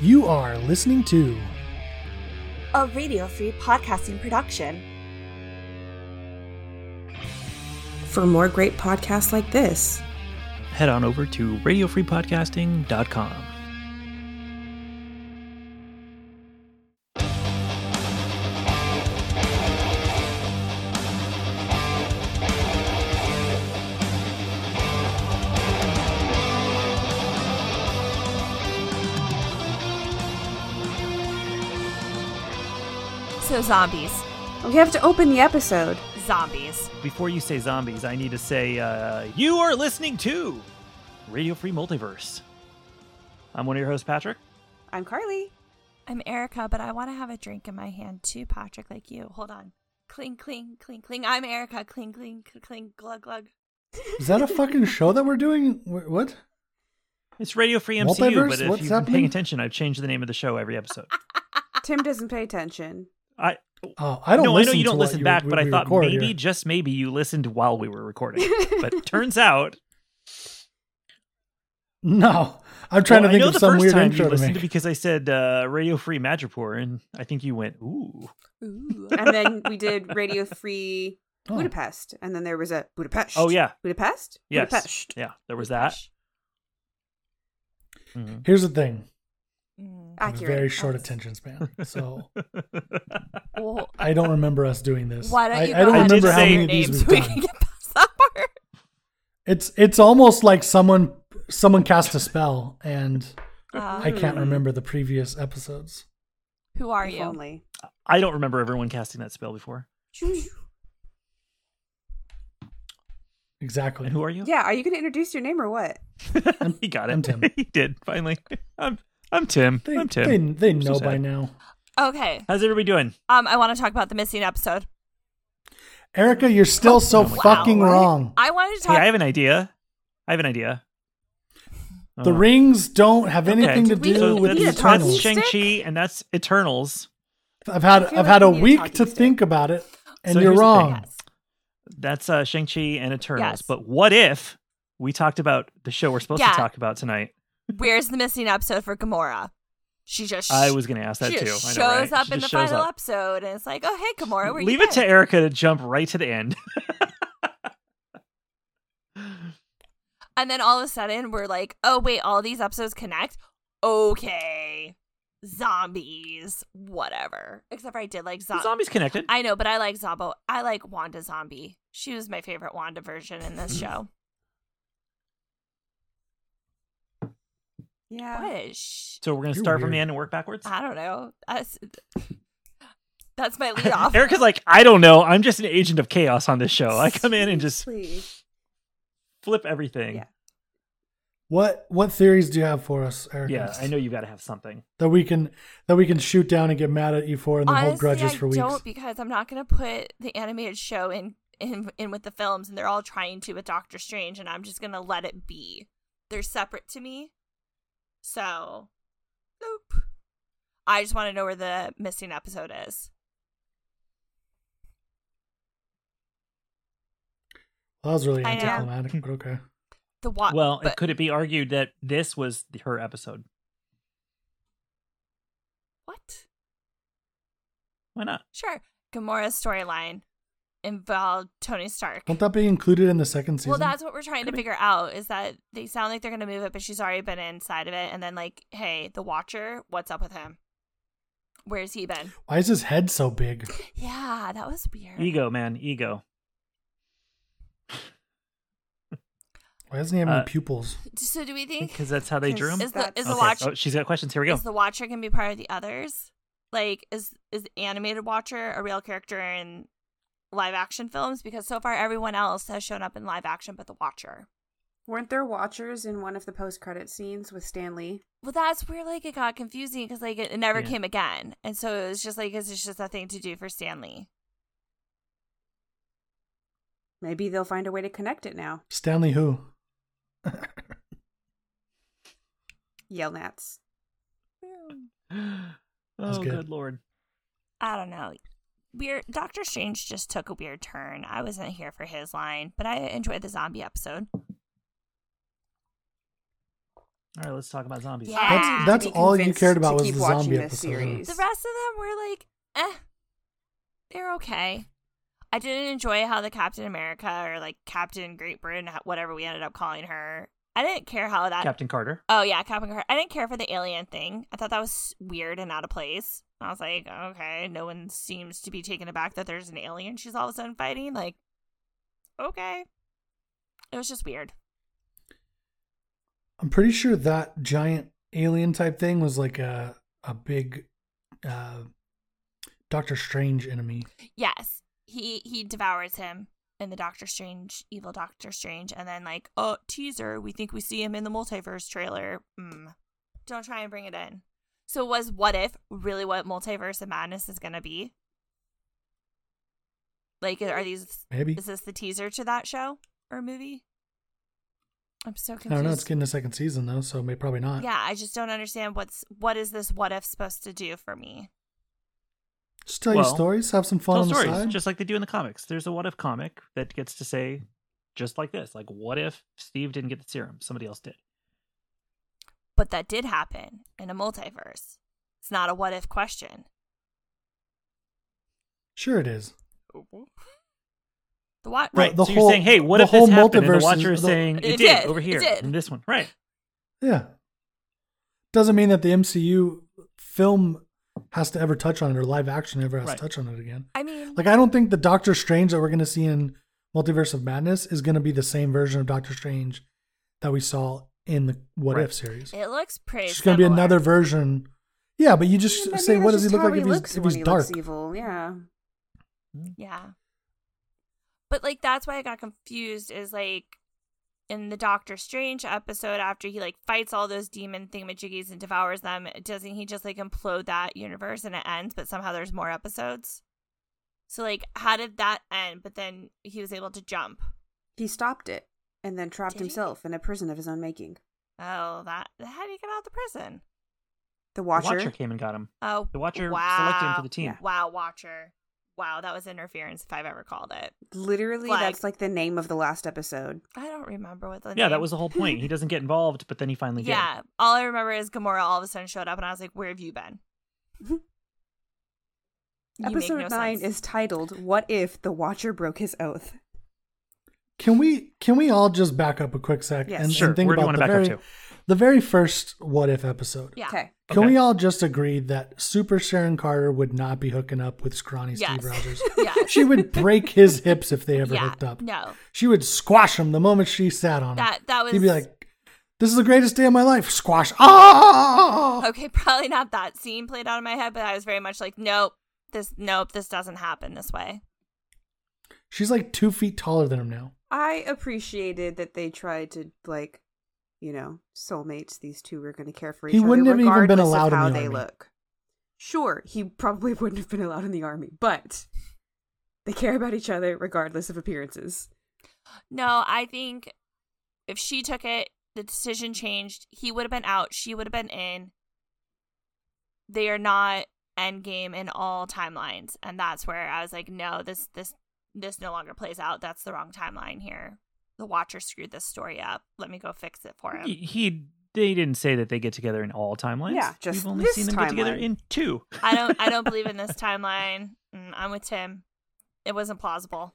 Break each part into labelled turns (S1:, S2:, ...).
S1: You are listening to
S2: a Radio Free podcasting production.
S3: For more great podcasts like this,
S4: head on over to radiofreepodcasting.com.
S5: So zombies,
S3: we have to open the episode.
S5: zombies.
S4: Before you say zombies, I need to say uh, you are listening to Radio Free Multiverse. I'm one of your hosts, Patrick.
S3: I'm Carly.
S5: I'm Erica, but I want to have a drink in my hand too, Patrick, like you. Hold on. Cling, cling, cling, cling. I'm Erica. Cling, cling, cl- cling, glug, glug.
S1: Is that a fucking show that we're doing? Wh- What?
S4: It's Radio Free MCU,
S1: Multiverse?
S4: but if
S1: What's
S4: you've been
S1: happening?
S4: paying attention, I've changed the name of the show every episode.
S3: Tim doesn't pay attention.
S4: I
S1: Oh, I don't
S4: no,
S1: listen
S4: I know you
S1: to
S4: don't
S1: what
S4: listen
S1: you-
S4: back,
S1: we-
S4: but I
S1: we
S4: thought
S1: record
S4: maybe,
S1: here.
S4: just maybe, you listened while we were recording. but turns out,
S1: No. I'm trying
S4: well,
S1: to think
S4: I know
S1: of
S4: the
S1: some
S4: first
S1: weird
S4: time you
S1: intro to
S4: listened
S1: make.
S4: because I said uh, Radio Free Madripoor, and I think you went ooh.
S5: Ooh.
S3: And then we did Radio Free
S1: Oh.
S3: Budapest, and then there was a Budapest.
S4: Oh, yeah.
S3: Budapest.
S4: Yes.
S3: Budapest.
S4: Yeah, there was that. Mhm.
S1: Here's the thing.
S5: Mm.
S1: I have a
S3: Accurate.
S1: very short
S3: Yes.
S1: attention span. So
S5: Well,
S1: I don't remember us doing this.
S5: why don't
S1: I,
S5: you
S1: I
S5: go
S1: don't
S5: ahead
S1: remember
S5: and
S1: how
S5: say
S1: many
S5: your
S1: of these
S5: names
S1: we've
S5: so we can
S1: done.
S5: get past that part?
S1: It's it's almost like someone someone cast a spell and I
S5: Uh,
S1: can't remember the previous episodes.
S5: who are
S3: If
S5: you?
S3: Only.
S4: I don't remember everyone casting that spell before.
S1: Exactly.
S4: And who are you?
S3: Yeah. Are you going to introduce your name or what?
S4: he got it.
S1: I'm Tim.
S4: he did finally. I'm I'm Tim.
S1: They,
S4: I'm Tim.
S1: They, they
S4: I'm so
S1: know by
S4: sad.
S1: now.
S5: Okay.
S4: How's everybody doing?
S5: Um, I want to talk about the missing episode.
S1: Erica, you're
S5: Oh,
S1: still so
S4: my God.
S1: fucking
S3: Wow.
S1: wrong.
S5: I wanted to
S4: Hey,
S5: talk.
S4: I have an idea. I have an idea.
S1: The
S4: Uh,
S1: rings don't have anything to
S3: Did we-
S1: do
S4: so
S3: we
S1: with
S3: need
S1: the
S3: a
S4: that's,
S3: talking
S4: that's
S1: Eternals.
S4: Shang
S3: stick?
S4: Chi, and that's Eternals.
S1: I've had
S3: I feel
S1: I've
S3: like
S1: had
S3: we
S1: a
S3: need a
S1: week
S3: talking
S1: to
S3: stick.
S1: think about it, and
S4: So
S1: you're
S4: here's the
S1: wrong.
S4: thing. That's uh, Shang Chi and Eternals.
S5: Yes.
S4: But what if we talked about the show we're supposed
S5: Yeah.
S4: to talk about tonight?
S5: Where's the missing episode for Gamora? She just
S4: I was going to ask that
S5: she
S4: too.
S5: just
S4: I know, right?
S5: shows up
S4: She
S5: in the
S4: just shows
S5: final
S4: up.
S5: episode, and it's like, oh hey, Gamora, where
S4: Leave
S5: you
S4: it to
S5: been?
S4: Erica to jump right to the end.
S5: And then all of a sudden, we're like, oh wait, all these episodes connect. Okay, zombies, whatever. Except for I did like
S4: The
S5: zombies.
S4: Zombies connected.
S5: I know, but I like Zombo. I like Wanda Zombie. She was my favorite Wanda version in this show.
S3: Yeah.
S5: What? Sh-
S4: So we're going to
S1: You're
S4: start from the
S1: weird.
S4: end and work backwards.
S5: I don't know. That's, that's my lead off.
S4: Erica's like, I don't know. I'm just an agent of chaos on this show. I come in and just
S3: Please.
S4: flip everything.
S3: Yeah.
S1: What what theories do you have for us, Erica?
S4: Yeah, I know you got to have something.
S1: that we can that we can shoot down and get mad at you for, and then
S5: Honestly,
S1: hold grudges
S5: I
S1: for weeks.
S5: don't because I'm not going to put the animated show in, in in with the films, and they're all trying to with Doctor Strange, and I'm just going to let it be. They're separate to me, so nope. I just want to know where the missing episode is.
S1: That was really
S5: I know.
S1: anticlimactic, but okay.
S5: The wa-
S4: well,
S5: but-
S4: could it be argued that this was her episode?
S5: what?
S4: Why not?
S5: Sure, Gamora's storyline involved Tony Stark.
S1: Won't that be included in the second season?
S5: Well, that's what we're trying to
S4: Could be.
S5: figure out is that they sound like they're going to move it, but she's already been inside of it. And then, like, hey, the Watcher, what's up with him? Where's he been?
S1: Why is his head so big?
S5: Yeah, that was weird.
S4: Ego, man, ego.
S1: Why doesn't he have any
S4: Uh,
S1: pupils?
S5: So, do we think
S4: Because that's how they drew him.
S5: Is the- is the
S4: Okay.
S5: watch-
S4: Oh, she's got questions. Here we go.
S5: is the Watcher going to be part of the others? Like, is is the animated Watcher a real character in live action films? Because so far, everyone else has shown up in live action, but the Watcher.
S3: Weren't there watchers in one of the post-credit scenes with Stan Lee?
S5: Well, that's where like it got confusing because like it, it never
S4: Yeah.
S5: came again, and so it was just like it's just a thing to do for Stanley.
S3: Maybe they'll find a way to connect it now.
S1: Stanley who?
S3: Yell Nats.
S1: That's
S4: oh,
S1: good.
S4: good lord.
S5: I don't know. Weird. Doctor Strange just took a weird turn. I wasn't here for his line, but I enjoyed the zombie episode.
S4: All right, let's talk about zombies.
S5: Yeah.
S3: I
S5: That's-
S3: need to
S1: that's
S3: be
S1: all you
S3: convinced
S1: cared about
S3: to
S1: was
S3: keep
S1: the
S3: watching
S1: zombie
S3: this
S1: episode, huh?
S5: The
S3: series.
S5: rest of them were like, eh, they're okay. I didn't enjoy how the Captain America or like Captain Great Britain, h- whatever we ended up calling her. I didn't care how that.
S4: Captain Carter.
S5: oh yeah, Captain Carter. I didn't care for the alien thing. I thought that was weird and out of place. I was like, okay, no one seems to be taken aback that there's an alien she's all of a sudden fighting. Like, okay, it was just weird.
S1: I'm pretty sure that giant alien type thing was like a a big uh, Doctor Strange enemy.
S5: Yes, he he devours him in the Doctor Strange, evil Doctor Strange, and then like, oh teaser, we think we see him in the multiverse trailer. Mm. Don't try and bring it in. So was what if really what multiverse of madness is gonna be? Like, are these?
S1: Maybe
S5: Is this the teaser to that show or movie? I'm so
S1: I
S5: confused.
S1: don't know. It's getting a second season though, so maybe probably not.
S5: yeah, I just don't understand what's what is this what if supposed to do for me?
S1: Just tell
S4: Well,
S1: your stories, have some fun
S4: Tell
S1: on the
S4: stories,
S1: side.
S4: just like they do in the comics. There's a what if comic that gets to say just like this. Like, what if Steve didn't get the serum? Somebody else did.
S5: But that did happen in a multiverse. It's not a what if question.
S1: sure, it is.
S5: The what?
S1: Right,
S4: Right.
S1: the
S4: so
S1: whole-
S4: you're saying, hey, what
S1: the
S4: if this
S1: whole
S4: happened? And
S1: multiverse
S4: the
S1: is-
S4: Watcher is
S1: the-
S4: saying,
S5: It
S4: it,
S5: did,
S4: over
S5: it
S4: here
S5: did.
S4: in this one. Right.
S1: Yeah. Doesn't mean that the MCU film has to ever touch on it or live action ever has
S4: Right.
S1: to touch on it again.
S5: I mean,
S1: Like I don't think the Doctor Strange that we're gonna see in Multiverse of Madness is gonna be the same version of Doctor Strange that we saw in the What
S4: Right.
S1: If series.
S5: it looks pretty.
S1: It's gonna be
S5: similar.
S1: another version. Yeah, but you just
S3: Yeah, but
S1: say
S3: maybe
S1: what does
S3: that's
S1: he
S3: just
S1: look
S3: how
S1: like if
S3: looks
S1: he's, if
S3: when
S1: he's
S3: he
S1: dark?
S3: Looks evil. Yeah.
S5: Yeah. But like that's why I got confused is like in the Doctor Strange episode after he like fights all those demon thingamajiggies and devours them, doesn't he just like implode that universe and it ends, but somehow there's more episodes? So like how did that end? But then he was able to jump.
S3: He stopped it and then trapped
S5: Did he?
S3: himself in a prison of his own making.
S5: Oh, that how did he get out of the prison?
S4: The
S3: The Watcher.
S4: Watcher came and got him.
S5: Oh,
S4: The Watcher
S5: wow.
S4: selected him for the team.
S3: Yeah.
S5: Wow, Watcher. Wow, that was interference if I've ever called it.
S3: Literally,
S5: Flag.
S3: that's like the name of the last episode.
S5: I don't remember what the
S4: Yeah, that
S5: name-
S4: was the whole point. He doesn't get involved, but then he finally
S5: Yeah, all I remember is Gamora all of a sudden showed up, and I was like, "Where have you been?" You make
S3: episode
S5: no
S3: nine
S5: sense.
S3: is titled "What If the Watcher Broke His Oath."
S1: Can we can we all just back up a quick sec
S3: Yes.
S1: and,
S4: Sure,
S1: and think
S4: where do you
S1: about
S4: wanna
S1: the
S4: back
S1: very
S4: up to?
S1: the very first What If episode?
S5: yeah.
S3: Okay.
S4: Okay.
S1: Can we all just agree that Super Sharon Carter would not be hooking up with scrawny
S5: Yes.
S1: Steve Rogers?
S5: Yeah,
S1: she would break his hips if they ever
S5: yeah.
S1: hooked up.
S5: No,
S1: She would squash him the moment she sat on him.
S5: that that was.
S1: He'd be like, "This is the greatest day of my life." Squash. Ah!
S5: okay, probably not that scene played out in my head, but I was very much like, "Nope, this, nope, this doesn't happen this way."
S1: She's like two feet taller than him now.
S3: I appreciated that they tried to like, you know, soulmates. These two were going to care for each
S1: He
S3: other.
S1: wouldn't have even been
S3: regardless of
S1: allowed in
S3: how
S1: the
S3: they
S1: army.
S3: look. Sure, he probably wouldn't have been allowed in the army, but they care about each other regardless of appearances.
S5: No, I think if she took it, the decision changed. He would have been out. She would have been in. They are not endgame in all timelines, and that's where I was like, no, this this this no longer plays out. That's the wrong timeline here. The Watcher screwed this story up. Let me go fix it for
S4: get him.
S5: him.
S4: He, he- they didn't say that they get together in all timelines.
S3: Yeah, just
S4: We've only
S3: this
S4: seen them get together
S3: timeline.
S4: in two.
S5: I don't I don't believe in this timeline. Mm, I'm with Tim. It wasn't plausible.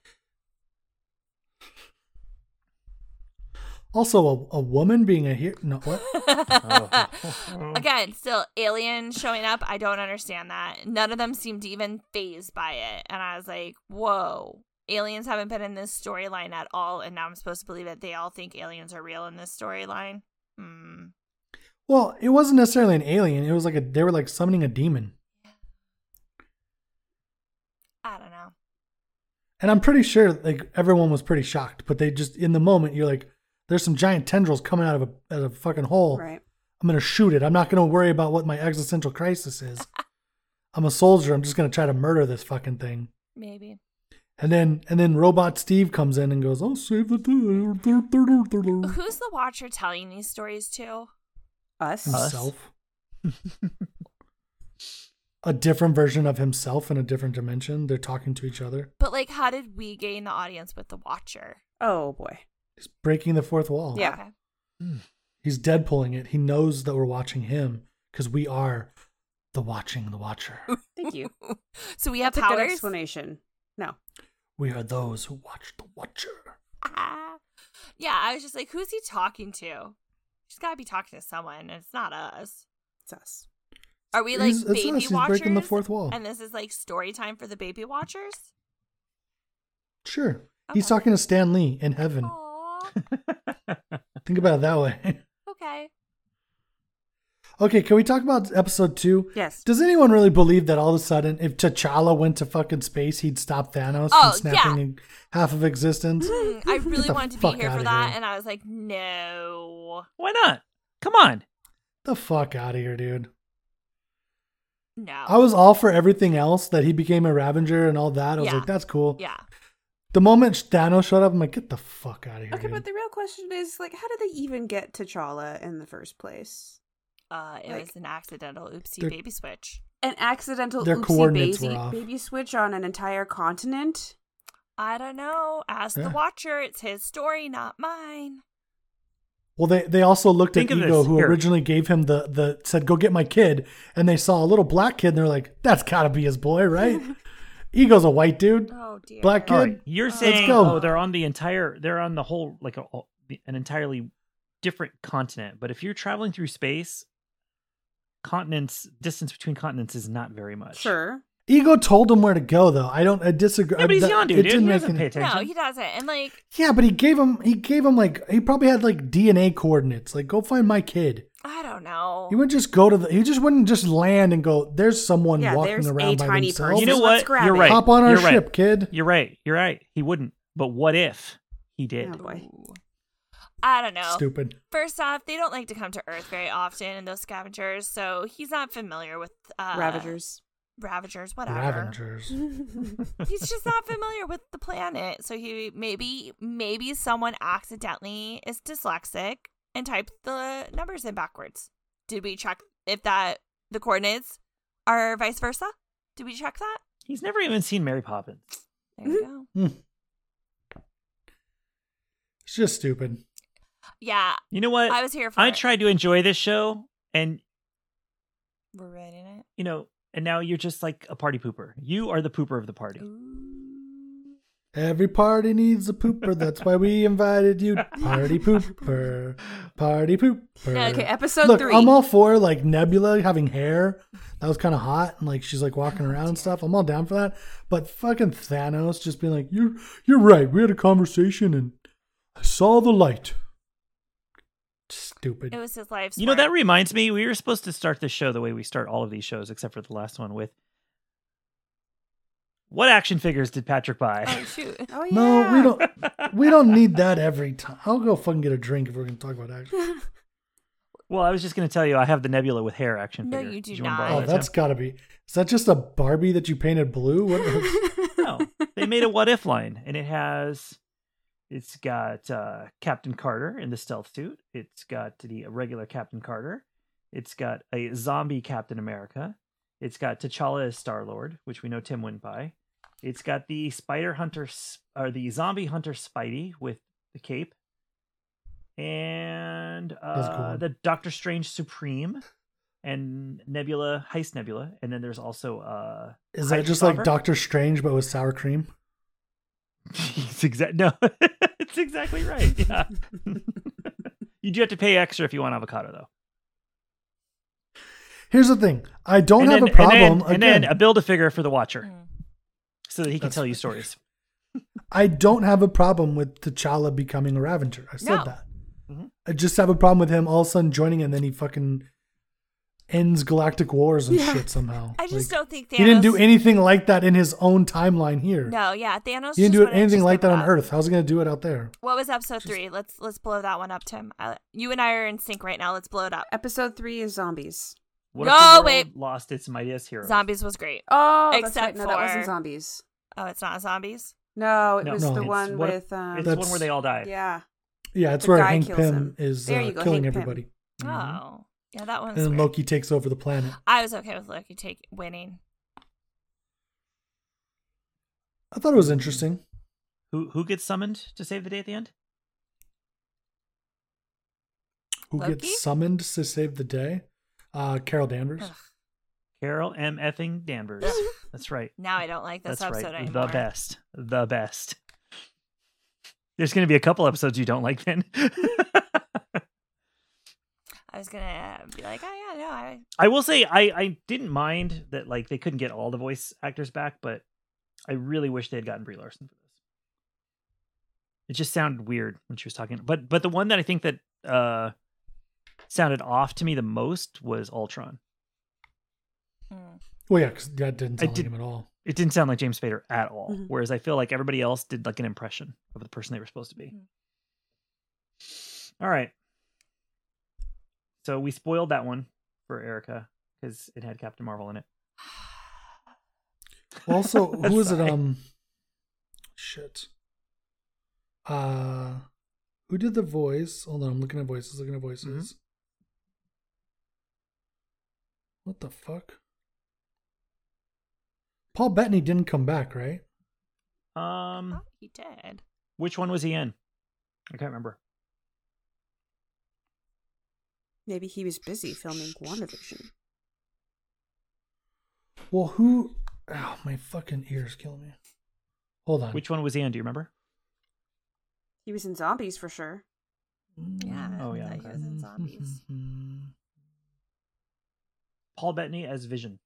S1: Also, a, a woman being a hero. No, what?
S5: Again, still alien showing up. I don't understand that. None of them seemed even phased by it. And I was like, whoa, aliens haven't been in this storyline at all. And now I'm supposed to believe that they all think aliens are real in this storyline. Hmm.
S1: Well, it wasn't necessarily an alien. It was like a they were like summoning a demon.
S5: I don't know.
S1: And I'm pretty sure like everyone was pretty shocked, but they just in the moment you're like, "There's some giant tendrils coming out of a out of a fucking hole."
S3: Right.
S1: I'm gonna shoot it. I'm not gonna worry about what my existential crisis is. I'm a soldier. I'm just gonna try to murder this fucking thing.
S5: Maybe.
S1: And then and then Robot Steve comes in and goes, "I'll save the day."
S5: Who's the watcher telling these stories to?
S3: Us.
S4: Us.
S1: himself. a different version of himself in a different dimension. They're talking to each other.
S5: But like, how did we gain the audience with the watcher?
S3: Oh boy.
S1: He's breaking the fourth wall.
S3: Yeah.
S5: Okay.
S1: He's He's Deadpooling it. He knows that we're watching him because we are the watching the watcher.
S3: Thank you.
S5: So we have
S3: That's a good
S5: powers.
S3: explanation. No.
S1: We are those who watch the watcher.
S5: Ah. Yeah, I was just like, who's he talking to? He's got to be talking to someone, and it's not us.
S3: It's us.
S5: Are we like
S1: He's- it's
S5: baby
S1: us. He's
S5: watchers?
S1: breaking the fourth wall.
S5: And this is like story time for the baby watchers.
S1: Sure. He's
S5: Okay. Oh.
S1: talking to Stan Lee in heaven.
S5: Aw,
S1: Think about it that way.
S5: okay.
S1: okay, can we talk about episode two?
S3: Yes.
S1: Does anyone really believe that all of a sudden, if T'Challa went to fucking space, he'd stop Thanos
S5: Oh,
S1: from snapping half of existence?
S5: Hmm, I really
S1: the
S5: wanted to
S1: fuck
S5: be here
S1: outta
S5: for that,
S1: here.
S5: and I was like, no,
S4: Why not? Come on.
S1: the fuck out of here, dude.
S5: no.
S1: I was all for everything else that he became a Ravenger and all that. I was
S5: Yeah.
S1: like, that's cool.
S5: yeah.
S1: The moment Thanos showed up, I'm like, get the fuck out of here.
S3: Okay,
S1: dude.
S3: but the real question is like, how did they even get T'Challa in the first place?
S5: Uh, it
S3: Like-
S5: was an accidental oopsie
S1: They're-
S5: baby switch.
S3: An accidental
S1: Their
S3: oopsie
S1: coordinates
S3: baby,
S1: were off.
S3: baby switch on an entire continent.
S5: I don't know. Ask
S1: Yeah.
S5: the watcher. It's his story, not mine.
S1: Well, they, they also looked
S4: Think
S1: at
S4: of
S1: Ego,
S4: this.
S1: who
S4: Here.
S1: originally gave him the, the said, go get my kid. And they saw a little black kid and they're like, that's got to be his boy, right? Ego's a white dude.
S5: Oh dear.
S1: Black kid.
S4: All right, you're
S5: Let's
S4: saying
S1: go.
S4: oh, they're on the entire, they're on the whole like a, an entirely different continent. But if you're traveling through space, continents distance between continents is not very much.
S3: Sure.
S1: Ego told him where to go, though. I don't I disagree.
S4: Yeah, but he's
S1: uh, that-
S4: Yondu,
S1: it
S4: dude.
S1: didn't
S4: He
S1: make
S4: doesn't
S1: any-
S4: pay
S5: No,
S4: attention.
S5: he doesn't. And like,
S1: Yeah, but he gave him he gave him like he probably had like DNA coordinates. Like, go find my kid.
S5: I don't know.
S1: He wouldn't just go to the. He just wouldn't just land and go. There's someone
S3: Yeah,
S1: walking
S3: there's
S1: around
S3: a
S1: by
S3: tiny
S1: themselves.
S3: person.
S4: you know
S3: Let's
S4: what?
S3: grab
S4: You're
S3: it.
S4: right.
S1: Hop on our
S4: You're right.
S1: ship, kid.
S4: You're right. You're right. He wouldn't. But what if he did?
S3: Oh, boy.
S5: Ooh. I don't know.
S1: Stupid.
S5: First off, they don't like to come to Earth very often, and those scavengers, so he's not familiar with
S3: Ah.
S5: uh,
S3: Ravagers.
S5: Ravagers, whatever.
S1: Ravengers.
S3: Oh,
S5: He's just not familiar with the planet, so he maybe maybe someone accidentally is dyslexic and typed the numbers in backwards. Did we check if that the coordinates are vice versa? Did we check that?
S4: He's never even seen Mary Poppins.
S5: There you go.
S1: Hmm. It's just stupid.
S5: Yeah,
S4: You know what?
S5: I was here for.
S4: I
S5: it.
S4: tried to enjoy this show, and
S5: We're reading it.
S4: you know, and now you're just like a party pooper. You are the pooper of the party.
S5: Ooh.
S1: Every party needs a pooper. That's why we invited you. Party pooper. Party pooper.
S5: Yeah,
S3: okay, episode
S1: Look,
S3: three.
S1: I'm all for like Nebula having hair. That was kind of hot, and like she's like walking around and stuff. I'm all down for that. But fucking Thanos just being like, "You're you're right. We had a conversation, and I saw the light." Stupid.
S5: It was his life.
S4: You know, that reminds me, we were supposed to start this show the way we start all of these shows, except for the last one with what action figures did Patrick buy?
S5: Oh shoot.
S3: oh yeah.
S1: no, we don't. We don't need that every time. I'll go fucking get a drink if we're gonna talk about action.
S4: well, I was just going to tell you, I have the Nebula with hair action
S5: No,
S4: figure.
S5: you do
S4: Did
S5: not.
S4: wanna borrow
S1: Oh,
S4: that,
S1: that's
S4: Tim?
S1: gotta be. Is that just a Barbie that you painted blue? What the-
S4: no. They made a what if line, and it has. It's got uh, Captain Carter in the stealth suit. It's got the regular Captain Carter. It's got a zombie Captain America. It's got T'Challa as Star Lord, which we know Tim went by. It's got the Spider Hunter s- or the Zombie Hunter Spidey with the cape, and
S1: That's a cool
S4: uh,
S1: one.
S4: the Doctor Strange Supreme, and Nebula Heist Nebula, and then there's also uh,
S1: Is that just
S4: Hydrocopter.
S1: like Doctor Strange but with sour cream?
S4: It's exact. No, it's exactly right. Yeah, you do have to pay extra if you want avocado, though.
S1: Here's the thing. I don't
S4: And
S1: have
S4: then-
S1: a problem.
S4: And then, and
S1: again,
S4: then a build a figure for the Watcher,
S5: Mm.
S4: so that he can
S1: That's
S4: tell you
S1: right.
S4: stories.
S1: I don't have a problem with T'Challa becoming a Ravenger. I said
S5: No.
S1: that.
S4: Mhm.
S1: I just have a problem with him all of a sudden joining and then he fucking ends galactic wars and
S3: Yeah.
S1: shit somehow.
S5: I just
S1: Like,
S5: don't think Thanos.
S1: He didn't do anything like that in his own timeline here.
S5: No, yeah, Thanos.
S1: he didn't
S5: just
S1: do
S5: wanted to
S1: anything
S5: just
S1: like
S5: give
S1: that on
S5: up.
S1: Earth. How's he going to do it out there?
S5: What was episode three? Let's let's blow that one up, Tim. I, you and I are in sync right now. Let's blow it up.
S3: Episode three is zombies.
S4: What
S5: No,
S4: if the world
S5: wait.
S4: lost its mightiest hero?
S5: Zombies was great.
S3: Oh, that's
S5: Except
S3: right. No, that wasn't
S5: for-
S3: zombies.
S5: Oh, it's not zombies.
S3: No, it
S4: No,
S3: was
S1: No.
S3: the
S1: it's
S3: one
S4: what-
S3: with um.
S4: it's the one
S1: That's-
S4: where they all died.
S3: yeah.
S1: Yeah, it's
S3: The
S1: where
S3: guy
S1: Hank
S3: kills
S1: Pym
S3: him.
S1: is
S3: There
S1: uh,
S3: you go,
S1: killing
S3: Hank Pym.
S1: everybody. Mm-hmm.
S4: Mm-hmm.
S5: Oh, yeah, that one's.
S1: And then
S5: weird.
S1: Loki takes over the planet.
S5: I was okay with Loki take winning.
S1: I thought it was interesting.
S4: Who who gets summoned to save the day at the end?
S1: who
S5: Loki?
S1: gets summoned to save the day. Uh, Carol Danvers.
S5: Ugh.
S4: Carol M. Effing Danvers. That's right.
S5: Now I don't like this
S4: That's
S5: episode
S4: right.
S5: anymore.
S4: The best. The best. There's going to be a couple episodes you don't like then.
S5: I was gonna be like, oh yeah, no, I
S4: I will say I I didn't mind that like they couldn't get all the voice actors back, but I really wish they had gotten Brie Larson for this. It just sounded weird when she was talking. But but the one that I think that uh sounded off to me the most was Ultron.
S5: mm,
S1: Well, yeah, because that didn't
S4: I
S1: sound like
S4: did-
S1: him at all.
S4: It didn't sound like James Spader at all.
S3: Mhm.
S4: Whereas I feel like everybody else did like an impression of the person they were supposed to be. All right. So we spoiled that one for Erica because it had Captain Marvel in it.
S1: Also, who was it?
S4: Sorry.
S1: Um, shit. Uh, who did the voice? Hold on, I'm looking at voices. Looking
S4: Mm-hmm.
S1: at voices. What the fuck? Paul Bettany didn't come back, right?
S4: Um,
S5: oh, he did.
S4: which one was he in? I can't remember.
S3: Maybe he was busy filming WandaVision.
S1: Well, who? Oh, my fucking ears kill me. Hold on.
S4: Which one was he in? Do you remember?
S3: He was in Zombies for sure.
S5: Yeah.
S4: Oh,
S5: I
S4: yeah,
S5: thought He was
S1: Mm-hmm.
S5: in zombies.
S4: Paul Bettany as Vision.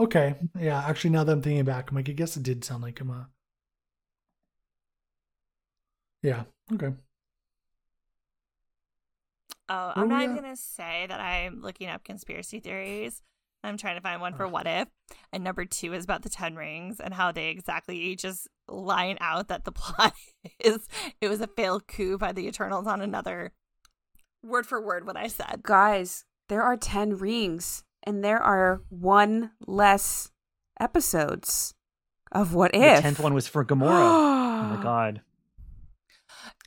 S1: Okay. Yeah. Actually, now that I'm thinking back, I'm like, I guess it did sound like him. Uh... Yeah. Okay.
S5: Oh,
S1: Where we
S5: I'm not
S1: at?
S5: even gonna say that I'm looking up conspiracy theories. I'm trying to find one for what if, and number two is about the Ten Rings and how they exactly just line out that the plot is it was a failed coup by the Eternals on another word for word what I said.
S3: Guys, there are 10 rings, and there are one less episodes of What If.
S4: The tenth one was for Gamora. oh my god.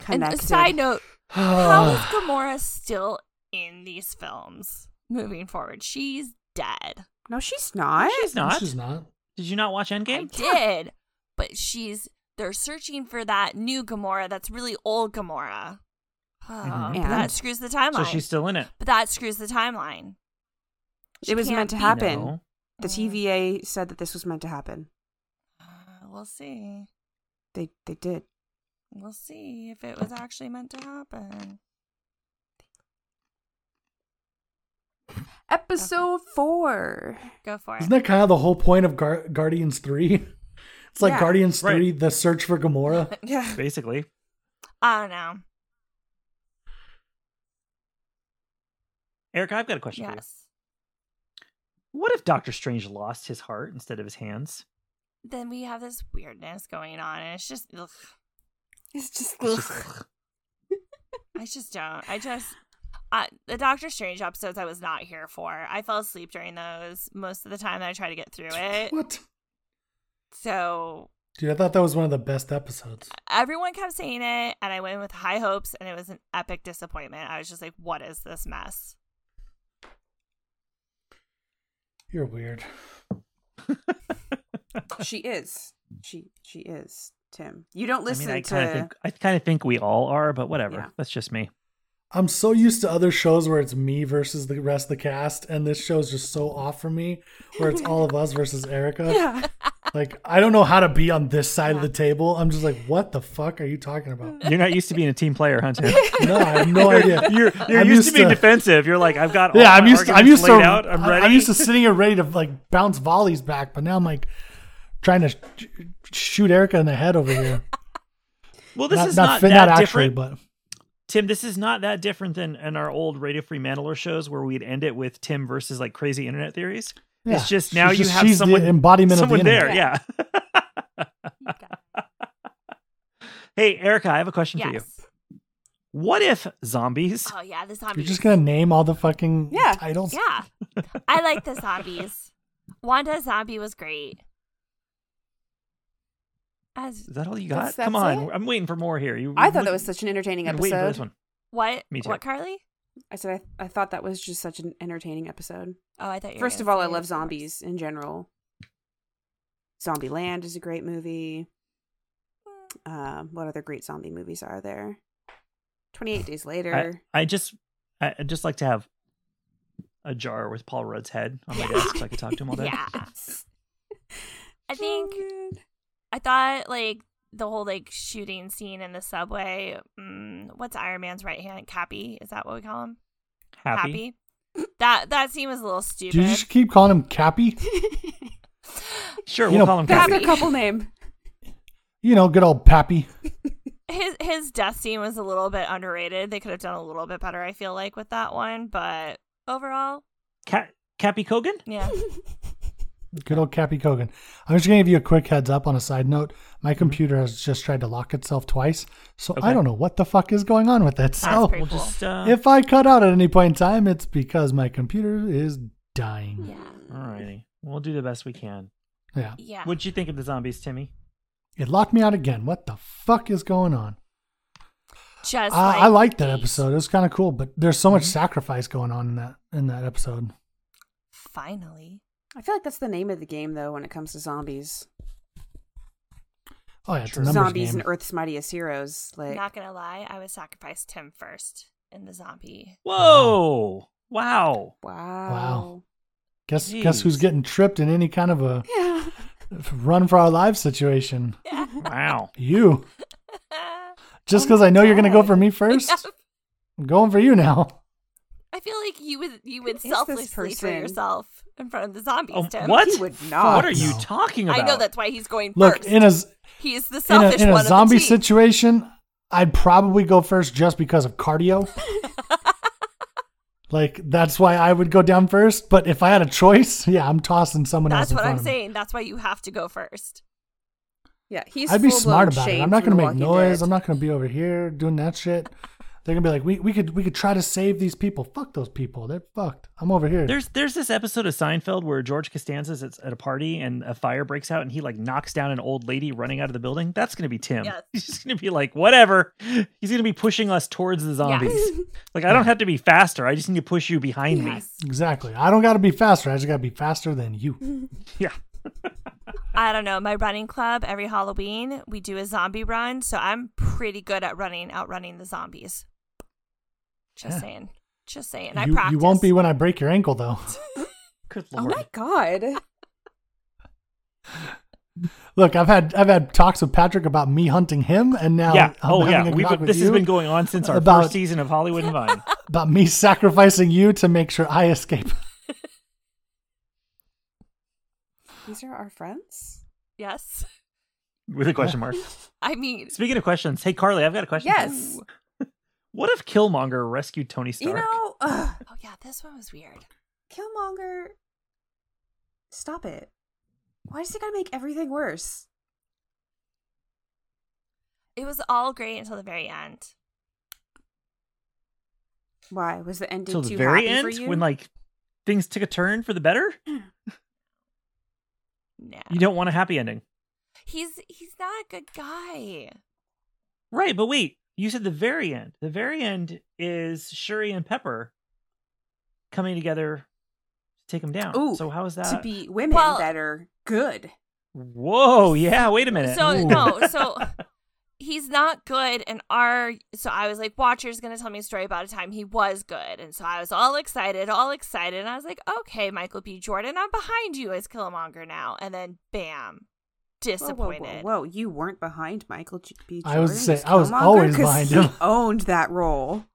S5: And
S3: Connected.
S5: a side note, how is Gamora still in these films moving forward? She's dead.
S3: No, she's not.
S4: She's not.
S1: She's not.
S4: Did you not watch Endgame?
S5: I did, but she's they're searching for that new Gamora that's really old Gamora. Oh,
S4: Mhm.
S5: but that
S3: And?
S5: screws the timeline.
S4: So she's still in it.
S5: but that screws the timeline. She
S3: It was
S5: can't
S3: meant to
S5: be-
S3: happen.
S4: No.
S3: The TVA said that this was meant to happen.
S5: Uh, we'll see.
S3: They they did.
S5: We'll see if it was actually meant to happen.
S3: Episode four.
S5: Go for it.
S1: Isn't that kind of the whole point of Gar- Guardians Three? It's like
S3: Yeah.
S1: Guardians
S4: Right.
S1: Three: The Search for Gamora.
S3: Yeah.
S4: Basically.
S5: I don't know.
S4: Erica, I've got a question for you.
S5: Yes.
S4: What if Doctor Strange lost his heart instead of his hands?
S5: Then we have this weirdness going on, and it's just. Ugh.
S3: It's just.
S4: It's just-
S5: I just don't. I just I, the Doctor Strange episodes I was not here for. I fell asleep during those most of the time that I tried to get through it.
S1: What?
S5: So
S1: Dude, I thought that was one of the best episodes.
S5: everyone kept saying it and I went with high hopes and it was an epic disappointment. I was just like, what is this mess?
S1: You're weird.
S3: she is. She she is. Tim, you don't listen
S4: I mean, I
S3: to.
S4: kind of think I kind of think we all are, but whatever.
S3: Yeah.
S4: That's just me.
S1: I'm so used to other shows where it's me versus the rest of the cast, and this show is just so off for me, where it's all of us versus Erica.
S3: yeah.
S1: Like, I don't know how to be on this side of the table. I'm just like, what the fuck are you talking about?
S4: You're not used to being a team player, huh, Tim?
S1: No, I have no idea.
S4: You're, you're
S1: I'm
S4: used, to being defensive. You're like, I've got all
S1: yeah,
S4: my
S1: I'm used. To, I'm
S4: arguments
S1: used to.
S4: laid out. I'm
S1: I-
S4: ready.
S1: I'm used to sitting here ready to like bounce volleys back, but now I'm like trying to sh- shoot Erica in the head over here.
S4: well, this is not,
S1: fit-
S4: that
S1: actually,
S4: different.
S1: but
S4: Tim, this is not that different than in our old Radio Free Mandalore shows where we'd end it with Tim versus like crazy internet theories.
S1: yeah,
S4: It's just now
S1: she's
S4: you
S1: just-
S4: have
S1: she's the
S4: someone
S1: embodiment
S4: someone
S1: of the
S4: there.
S1: internet.
S4: Yeah. hey, Erica, I have a question for you.
S5: yes.
S4: What if zombies?
S5: Oh yeah, the
S1: You're
S5: zombies.
S1: just gonna name all the fucking
S3: Yeah.
S1: titles.
S5: yeah. I like the zombies. Wanda zombie was great. As
S4: Is that all you got?
S3: That's-
S4: Come
S3: that's
S4: on,
S3: it?
S4: I'm waiting for more here. You,
S3: I thought that was such an entertaining
S4: I'm waiting for this
S3: episode.
S4: one.
S5: what?
S4: Me too.
S5: What Carly?
S3: I said I, I thought that was just such an entertaining episode.
S5: Oh, I thought you were
S3: First
S5: gonna
S3: of all,
S5: say
S3: I
S5: it
S3: love
S5: was
S3: zombies in general. Zombie Land is a great movie. Um, what other great zombie movies are there? 28 days
S4: I,
S3: later.
S4: I just I I'd just like to have a jar with Paul Rudd's head on my desk so I could talk to him all day.
S5: Yes. I think
S3: Oh, man.
S5: I thought like the whole like shooting scene in the subway. Mm, what's Iron Man's right hand? Cappy? Is that what we call him?
S4: Happy.
S5: That that scene was a little
S1: Do you
S5: stupid.
S1: just keep calling him Cappy?
S4: Sure,
S1: You
S4: we'll
S1: know,
S4: call him
S3: That's
S4: Happy.
S3: their couple name.
S1: You know, good old Pappy.
S5: his his death scene was a little bit underrated. They could have done a little bit better, I feel like, with that one. But overall,
S4: Ca- Cappy Kogan?
S5: yeah.
S1: Good old Cappy Kogan. I'm just gonna give you a quick heads up on a side note. My computer has just tried to lock itself twice, so I
S4: Okay.
S1: don't know what the fuck is going on with it.
S5: That's
S1: So
S5: pretty
S4: We'll
S5: cool.
S4: just uh
S1: if I cut out at any point in time, it's because my computer is dying.
S5: yeah.
S4: Alrighty. We'll do the best we can.
S1: Yeah.
S5: Yeah.
S4: What'd you think of the zombies, Timmy?
S1: It locked me out again. What the fuck is going on?
S5: Just
S1: Ah, I,
S5: like
S1: I liked that
S5: these
S1: episode. It was kind of cool, but there's so much sacrifice going on in that in that episode.
S5: Finally.
S3: I feel like that's the name of the game, though, when it comes to zombies.
S1: Oh yeah, it's a
S4: Sure.
S1: numbers
S3: Zombies
S1: game.
S3: and Earth's Mightiest Heroes. Like,
S5: Not gonna lie, I would sacrifice Tim first in the zombie.
S4: Whoa! Wow.
S3: wow.
S1: guess guess who's
S4: Jeez.
S1: getting tripped in any kind of a
S3: Yeah.
S1: run for our lives situation?
S4: Wow.
S1: You. Just
S3: Oh
S1: because
S3: my
S1: I know you're gonna go
S3: God.
S1: for me first, I'm going for you now.
S5: I feel like you would you
S3: is
S5: would
S3: this
S5: selflessly for
S3: person?
S5: yourself in front of the zombies,
S4: Oh,
S5: Tim.
S4: what?
S3: He would not.
S4: What are you
S1: No.
S4: talking about?
S5: I know that's why he's going
S1: Look,
S5: first.
S1: in a z-
S5: he's the
S1: in a,
S5: selfish
S1: in a
S5: one.
S1: zombie
S5: of the team.
S1: situation, I'd probably go first just because of cardio. like that's why I would go down first. But if I had a choice, yeah, I'm tossing someone
S5: That's
S1: else. in
S5: what
S1: front
S5: I'm
S1: of me.
S5: saying. That's why you have to go first.
S3: Yeah, he's.
S1: I'd be
S3: full-blown
S1: smart about it.
S3: Shane
S1: I'm not
S3: from
S1: gonna
S3: The
S1: make
S3: Walking
S1: noise.
S3: Dead.
S1: I'm not gonna be over here doing that shit. They're gonna be like, we, we could we could try to save these people. Fuck those people. They're fucked. I'm over here.
S4: There's there's this episode of Seinfeld where George Costanza's at, at a party and a fire breaks out and he like knocks down an old lady running out of the building. That's gonna be Tim.
S5: Yes.
S4: He's just gonna be like, whatever. He's gonna be pushing us towards the zombies. Like I don't have to be faster. I just need to push you behind
S5: Yes.
S1: exactly. I don't gotta be faster. I just gotta be faster than you.
S4: me. Yeah.
S5: I don't know. My running club every Halloween we do a zombie run, so I'm pretty good at running, outrunning the zombies. Just
S1: Yeah.
S5: saying. Just saying. I
S1: You,
S5: practice.
S1: you won't be when I break your ankle though.
S4: Good
S3: Oh
S4: lord.
S3: my god.
S1: Look, I've had I've had talks with Patrick about me hunting him, and now
S4: yeah.
S1: I'm
S4: oh
S1: having
S4: yeah.
S1: a
S4: We've,
S1: talk with
S4: this has
S1: you
S4: been going on since our
S1: about-
S4: first season of Hollywood and Vine.
S1: about me sacrificing you to make sure I escape.
S3: These are our friends?
S5: Yes.
S4: With a question mark.
S5: I mean,
S4: Speaking of questions, hey Carly, I've got a question. for you.
S3: Yes.
S4: What if Killmonger rescued Tony Stark?
S3: You know, ugh,
S5: oh yeah, this one was weird.
S3: Killmonger. Stop it. Why does he gotta make everything worse?
S5: It was all great until the very end.
S3: Why? Was the ending
S4: Till
S3: too
S4: the very
S3: happy
S4: end
S3: for you?
S4: when like things took a turn for the better?
S5: No.
S4: You don't want a happy ending.
S5: He's he's not a good guy.
S4: Right, but wait, you said the very end. The very end is Shuri and Pepper coming together to take him down.
S3: Ooh,
S4: so how is that?
S3: to be women
S5: Well-
S3: that are good.
S4: Whoa, yeah, wait a minute.
S5: So
S1: Ooh.
S5: no, so he's not good and our so I was like, Watcher's gonna tell me a story about a time he was good. And so I was all excited, all excited, and I was like, Okay, Michael B. Jordan, I'm behind you as Killmonger now. And then bam.
S3: Whoa, whoa, whoa,
S5: Disappointed.
S3: whoa, you weren't behind Michael G- B.
S1: I was
S3: Jordan
S1: say-
S3: as
S1: I was
S3: Killmonger?
S1: always
S3: 'Cause
S1: behind
S3: he
S1: him.
S3: owned that role.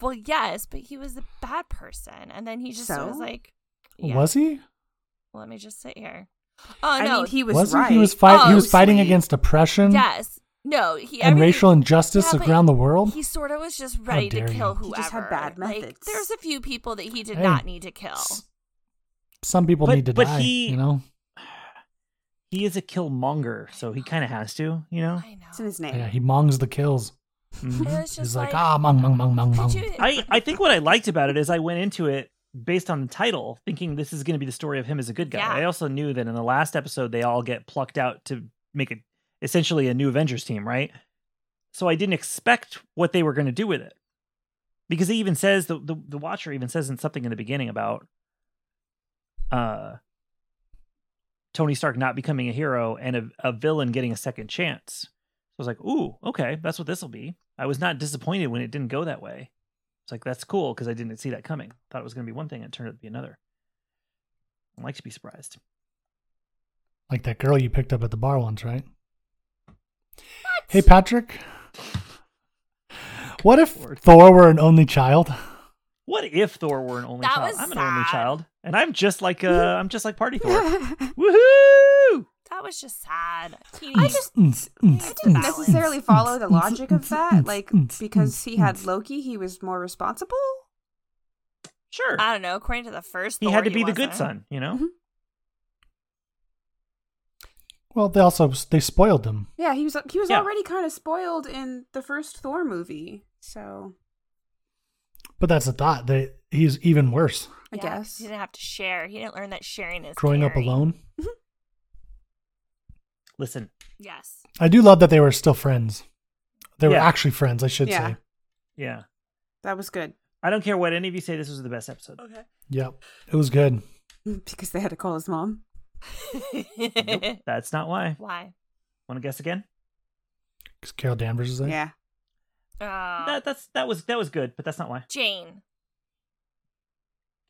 S5: Well, yes, but he was a bad person. And then he just
S3: So?
S5: was like yeah,
S1: Was he?
S5: let me just sit here. Oh
S3: I
S5: no.
S3: mean, he was,
S1: Was
S3: right. Oh,
S1: he? He was, fight- he was
S5: Obviously.
S1: fighting against oppression
S5: Yes. No, Oh, he
S1: and
S5: everything-
S1: racial injustice
S5: Yeah, but
S1: around the world.
S5: He sort of was just ready to
S1: dare
S5: kill
S1: you.
S5: whoever.
S3: He just had bad
S5: Like,
S3: methods.
S5: there's a few people that he did
S1: Hey.
S5: not need to kill.
S1: S- Some people
S4: But-
S1: need to
S4: but
S1: die.
S4: he-
S1: You know,
S4: he is a Killmonger, so he kind of has to, you know.
S5: I know.
S3: It's in his name.
S1: yeah, he mongs the kills.
S4: Mhm.
S5: It was
S1: Mm-hmm. He's
S5: just
S1: like,
S5: like,
S1: ah, mong, mong, mong, mong,
S5: could
S1: mong.
S5: you?
S4: I, I think what I liked about it is I went into it based on the title, thinking this is going to be the story of him as a good guy.
S5: Yeah.
S4: I also knew that in the last episode they all get plucked out to make it essentially a new Avengers team, right? So I didn't expect what they were going to do with it, because he even says the, the the Watcher even says in something in the beginning about uh Tony Stark not becoming a hero and a, a villain getting a second chance. So I was like, ooh, okay, that's what this will be. I was not disappointed when it didn't go that way. It's like that's cool because I didn't see that coming. Thought it was going to be one thing, it turned out to be another. I like to be surprised.
S1: Like that girl you picked up at the bar once, right? Hey, Patrick. What if
S4: Lord.
S1: Thor were an only child?
S4: What if Thor were an only
S5: That
S4: child?
S5: was
S4: I'm an only
S5: sad.
S4: child, and I'm just like uh, I'm just like Party Thor. Woohoo!
S5: That was just sad.
S3: I
S5: Teenage-
S3: just
S1: Mm, mm,
S5: I
S1: mm.
S5: didn't balance.
S3: necessarily follow the logic of that. Like because he had
S1: Mm.
S3: Loki, he was more responsible.
S4: Sure.
S5: I don't know. According to the first,
S4: He
S5: Thor,
S4: had to be the
S5: wasn't.
S4: good son, you know.
S3: Mhm.
S1: Well, they also they spoiled him.
S3: Yeah, he was he was
S4: Yeah.
S3: already kind of spoiled in the first Thor movie. So
S1: But that's the thought. They he's even worse
S3: I
S5: Yeah, 'cause
S3: guess
S5: he didn't have to share. He didn't learn that sharing is
S1: growing up
S5: caring.
S1: alone.
S4: Listen,
S5: Yes,
S1: I do love that they were still friends. They were
S4: Yeah.
S1: actually friends, I should
S3: Yeah.
S1: say.
S4: yeah,
S3: that was good
S4: I don't care what any of you say. This was the best episode.
S1: Yep. It was good.
S3: because they had to call his mom.
S4: Nope, that's not why.
S5: Why?
S4: Want to guess again?
S1: Because Carol Danvers is there.
S3: Yeah,
S5: Uh,
S4: that that's that was that was good, but that's not why.
S5: Jane.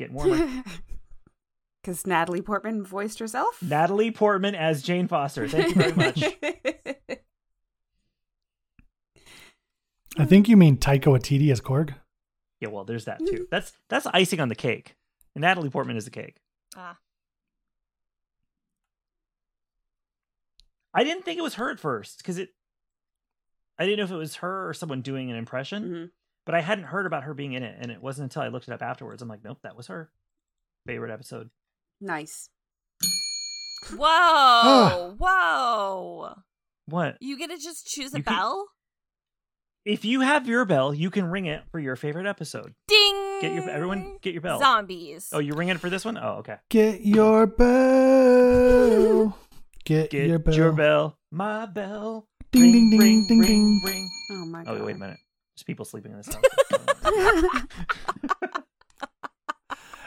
S4: Getting warmer.
S3: because Natalie Portman voiced herself.
S4: Natalie Portman as Jane Foster. Thank you very much.
S1: I think you mean Taika Waititi as Korg.
S4: yeah, well, there's that too. That's that's icing on the cake. And Natalie Portman is the cake.
S5: Ah,
S4: I didn't think it was her at first because it. I didn't know if it was her or someone doing an impression,
S3: Mhm.
S4: but I hadn't heard about her being in it, and it wasn't until I looked it up afterwards. I'm like, nope, that was her favorite episode.
S3: Nice.
S5: whoa, whoa!
S4: What
S5: You get to just choose a
S4: You can-
S5: bell.
S4: if you have your bell? You can ring it for your favorite episode.
S5: Ding!
S4: Get your everyone get your bell.
S5: Zombies.
S4: Oh, you ring it for this one? Oh, okay.
S1: Get your bell. Get,
S4: Get
S1: your bell.
S4: my bell.
S1: Ding, ding,
S4: Ring,
S1: ding,
S4: ring,
S1: ding,
S4: ring,
S1: ding.
S4: ring.
S3: Oh my god.
S4: Oh, wait a minute. There's people sleeping in this house.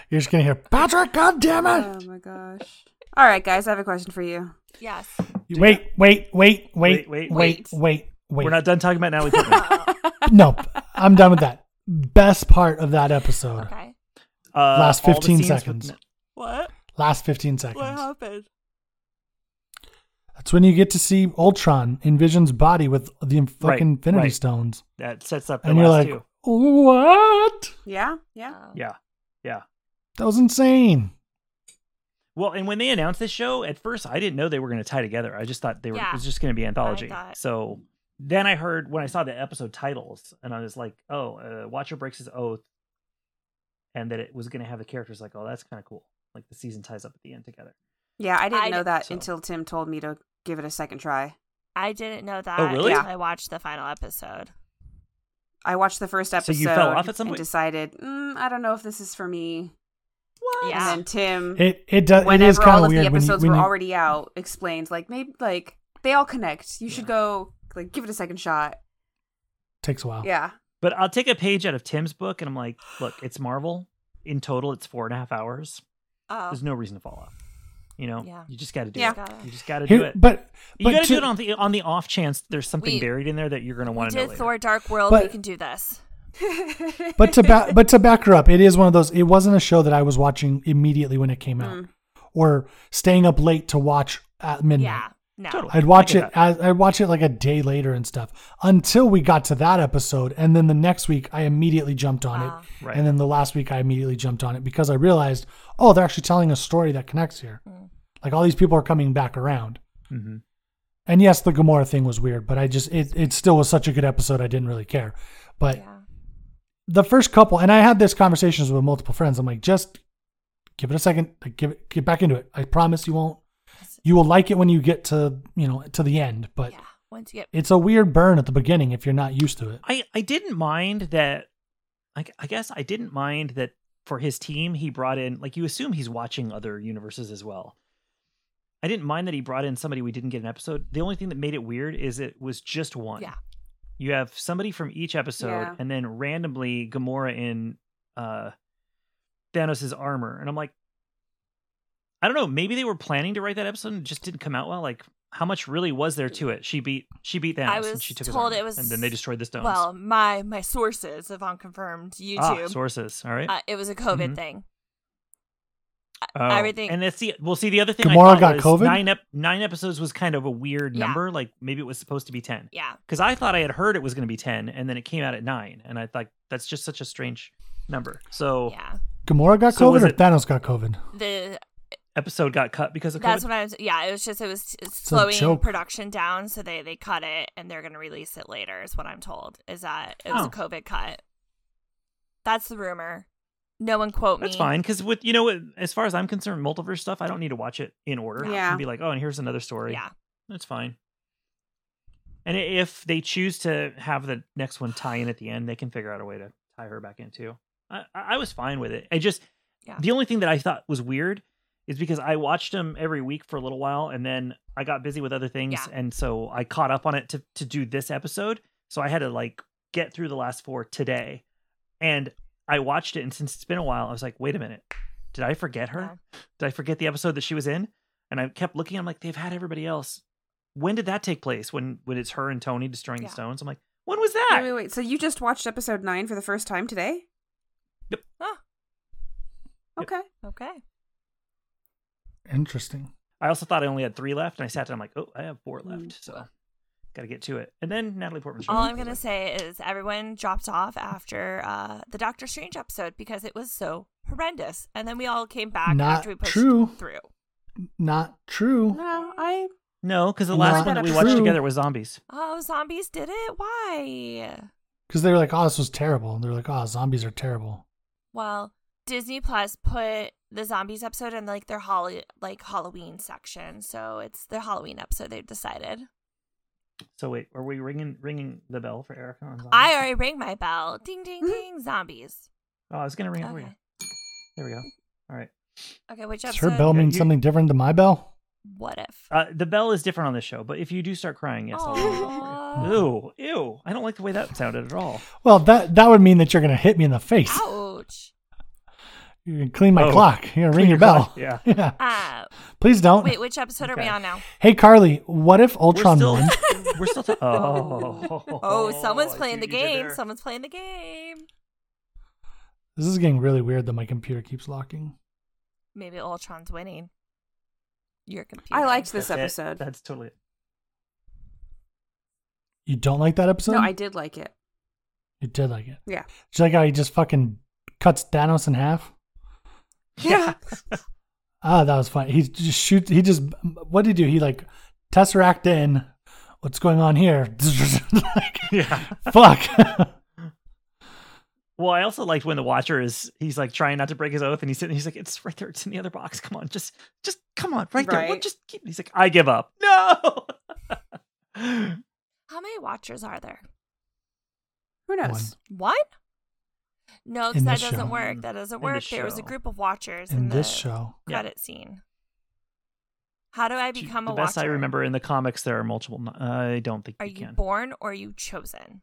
S1: You're just gonna hear Patrick. God damn it!
S3: Oh my gosh. All right, guys, I have a question for you.
S5: yes.
S1: Wait, wait, wait,
S4: Wait,
S1: wait,
S4: wait,
S1: wait, wait,
S5: wait.
S1: wait.
S4: We're not done talking about Natalie Portman.
S1: no, I'm done with that. Best part of that episode.
S5: Okay.
S4: Uh,
S1: Last
S4: all the
S1: 15
S4: scenes with
S1: seconds.
S4: Na-
S5: What?
S1: Last 15 seconds.
S5: happened?
S1: That's when you get to see Ultron in Vision's body with the fucking
S4: Right,
S1: Infinity
S4: right.
S1: Stones,
S4: that sets up the
S1: and you're
S4: last
S1: like,
S4: two.
S1: "What?
S3: Yeah, yeah.
S5: Uh, Um,
S4: Yeah, yeah.
S1: That was insane!"
S4: Well, and when they announced this show, at first I didn't know they were going to tie together. I just thought they were
S5: Yeah.
S4: it was just going to be anthology.
S5: thought-
S4: So then I heard when I saw the episode titles, and I was like, "Oh, uh, Watcher breaks his oath," and that it was going to have the characters like, "Oh, that's kind of cool." Like the season ties up at the end together.
S3: Yeah, I didn't
S5: I
S3: know
S5: d-
S3: that
S4: So-
S3: until Tim told me to give it a second try.
S5: I didn't know that.
S4: Oh, really?
S5: Until I watched the final episode.
S3: I watched the first
S4: So
S3: episode
S4: you fell off at some
S3: and
S4: point?
S3: decided, mm, I don't know if this is for me.
S4: What?
S5: Yeah.
S3: And then Tim,
S1: It it does. It is
S3: whenever
S1: kind
S3: all
S1: of
S3: of the
S1: weird when you,
S3: episodes
S1: when
S3: were
S1: you-
S3: already out, explained like maybe like they all connect. You should
S4: Yeah.
S3: go like give it a second shot.
S1: takes a while.
S3: Yeah.
S4: But I'll take a page out of Tim's book, and I'm like, "Look, it's Marvel. In total, it's four and a half hours.
S5: Oh.
S4: There's no reason to fall off. You know,
S5: Yeah.
S4: you just got to do
S3: Yeah.
S4: it. You just got to
S1: Here-
S4: do it."
S1: But,
S4: You
S1: but
S4: got
S1: to-
S4: to do it on the on the off chance there's something
S5: We-
S4: buried in there that you're going to
S5: we
S4: want to know.
S5: did
S4: Later.
S5: Thor: Dark World. we
S1: But-
S5: can do this.
S1: but to back but to back her up, it is one of those. It wasn't a show that I was watching immediately when it came out,
S3: Mm.
S1: or staying up late to watch at midnight.
S5: Yeah. No.
S4: Totally.
S1: I'd watch
S4: I
S1: it.
S4: get
S1: As, I'd watch it like a day later and stuff until we got to that episode, and then the next week I immediately jumped on
S5: Ah.
S1: it,
S4: Right.
S1: and then the last week I immediately jumped on it because I realized, oh, they're actually telling a story that connects here.
S5: Mm,
S1: Like all these people are coming back around.
S4: Mhm.
S1: And yes, the Gamora thing was weird, but I just it it still was such a good episode. I didn't really care, but
S5: Yeah.
S1: the first couple, and I had this conversations with multiple friends. I'm like, just give it a second, like, give it, get back into it. I promise you won't. You will like it when you get to you know to the end, but
S5: yeah. Once you get
S1: it's a weird burn at the beginning if you're not used to it.
S4: I I didn't mind that. I, I guess I didn't mind that for his team he brought in like you assume he's watching other universes as well. I didn't mind that he brought in somebody we didn't get an episode. The only thing that made it weird is it was just one.
S5: Yeah.
S4: You have somebody from each episode,
S3: Yeah.
S4: and then randomly Gamora in uh, Thanos' armor, and I'm like, I don't know. Maybe they were planning to write that episode and it just didn't come out well. Like how much really was there to it? She beat she beat Thanos.
S5: I
S4: and
S5: was
S4: she took his
S5: told
S4: armor,
S5: it was
S4: and then they destroyed the stones.
S5: Well, my my sources of unconfirmed
S4: ah,
S5: YouTube.
S4: sources. All right.
S5: uh, it was a COVID
S1: Mm-hmm.
S4: Mhm.
S5: thing.
S4: Oh.
S5: everything-
S4: And that's the we'll see. The other thing I
S1: Gamora
S4: thought
S1: got
S4: was
S1: COVID?
S4: Nine ep- nine episodes was kind of a weird
S5: Yeah.
S4: number. Like maybe it was supposed to be ten.
S5: Yeah.
S4: Because I thought I had heard it was going to be ten, and then it came out at nine, and I thought that's just such a strange number. So
S5: Yeah.
S1: Gamora got
S4: So was
S1: COVID or
S4: it-
S1: Thanos got COVID?
S5: The
S4: episode got cut because of
S5: that's
S4: COVID.
S5: what I was yeah, it was just it was it's
S1: a
S5: slowing
S1: joke.
S5: production down so they they cut it and they're going to release it later is what I'm told. Is that it was
S4: Oh.
S5: a COVID cut. That's the rumor. No one quote me.
S4: That's fine because with you know as far as I'm concerned, multiverse stuff I don't need to watch it in order.
S3: Yeah.
S4: I can be like, oh, and here's another story.
S5: Yeah.
S4: that's fine. And i- if they choose to have the next one tie in at the end, they can figure out a way to tie her back in too. I, I I was fine with it. I just
S5: Yeah.
S4: the only thing that I thought was weird is because I watched them every week for a little while, and then I got busy with other things,
S5: Yeah.
S4: and so I caught up on it to to do this episode. So I had to like get through the last four today, and I watched it, and since it's been a while, I was like, wait a minute, did I forget her?
S5: Yeah.
S4: Did I forget the episode that she was in? And I kept looking. I'm like, they've had everybody else. When did that take place? When when it's her and Tony destroying
S5: Yeah.
S4: the stones? I'm like, when was that?
S3: Wait, wait, wait. So you just watched episode nine for the first time today?
S5: Huh,
S4: Yep.
S3: Okay.
S5: Oh, okay.
S1: Interesting.
S4: I also thought I only had three left, and I sat down. I'm like, oh, I have four
S5: Mm-hmm.
S3: Mm.
S4: left, so got to get to it. And then Natalie Portman. showed
S5: All
S4: up.
S5: I'm gonna say is everyone dropped off after uh, the Doctor Strange episode because it was so horrendous, and then we all came back
S1: Not
S5: after we pushed
S1: true.
S5: through.
S1: Not true.
S3: No, I
S4: No, because the
S1: Not
S4: last one that we watched
S1: true.
S4: together was zombies.
S5: Oh, zombies did it? Why?
S1: Because they were like, oh, this was terrible. And they're like, oh, zombies are terrible.
S5: Well, Disney Plus put the zombies episode in like their holly like Halloween section, so it's their Halloween episode. They've decided.
S4: So wait, are we ringing ringing the bell for Erica on zombies?
S5: I already rang my bell. Ding ding ding! Zombies.
S4: Oh, I was gonna ring it for you.
S5: Okay.
S4: There we go. All right.
S5: Okay. Which
S1: Does
S5: episode?
S1: her bell
S4: Yeah,
S1: mean
S4: you-
S1: something different than my bell?
S5: What if?
S4: Uh, the bell is different on this show, but if you do start crying, yes. I'll ring it for
S5: Aw.
S4: you. Ew, ew! I don't like the way that sounded at all.
S1: Well, that that would mean that you're going to hit me in the face.
S5: Ouch.
S1: You're going to clean my
S4: Oh.
S1: clock. You're going to ring your bell.
S4: clock, yeah.
S1: yeah.
S5: Uh,
S1: Please don't.
S5: wait, which episode are we
S4: Okay.
S5: on now?
S1: Hey, Carly, what if Ultron
S4: we're
S1: won?
S4: still, we're still ta- oh.
S5: Oh, someone's
S4: I
S5: playing
S4: see
S5: the
S4: what you did
S5: game.
S4: there.
S5: Someone's playing the game.
S1: This is getting really weird that my computer keeps locking.
S5: Maybe Ultron's winning. Your computer.
S3: I liked this
S4: That's it.
S3: episode.
S4: That's totally it.
S1: You don't like that episode?
S3: No, I did like it.
S1: You did like it.
S3: Yeah.
S1: Did you like how he just fucking cuts Thanos in half?
S3: Yeah.
S1: Ah, that was funny. He just shoots. He just what did he do? He like tesseract in. What's going on here? Like,
S4: Yeah.
S1: fuck.
S4: Well, I also liked when the Watcher is he's like trying not to break his oath, and he's sitting. He's like, "It's right there. It's in the other box. Come on, just, just come on, right, there. We'll
S3: Right.
S4: just keep." He's like, "I give up. No."
S5: How many watchers are there?
S3: Who knows?
S1: One.
S5: One? No, because
S1: In
S5: that
S1: this show.
S5: doesn't work. That doesn't
S4: Mm. In
S5: work.
S4: this
S5: There was a
S4: show.
S5: group of watchers in,
S1: in this
S5: the
S1: show,
S4: Yeah.
S5: credit scene. How do I
S4: Gee,
S5: become
S4: the
S5: a
S4: best
S5: watcher?
S4: I remember in the comics, there are multiple. no- I don't think
S5: Are
S4: you
S5: you
S4: can.
S5: born or are you chosen?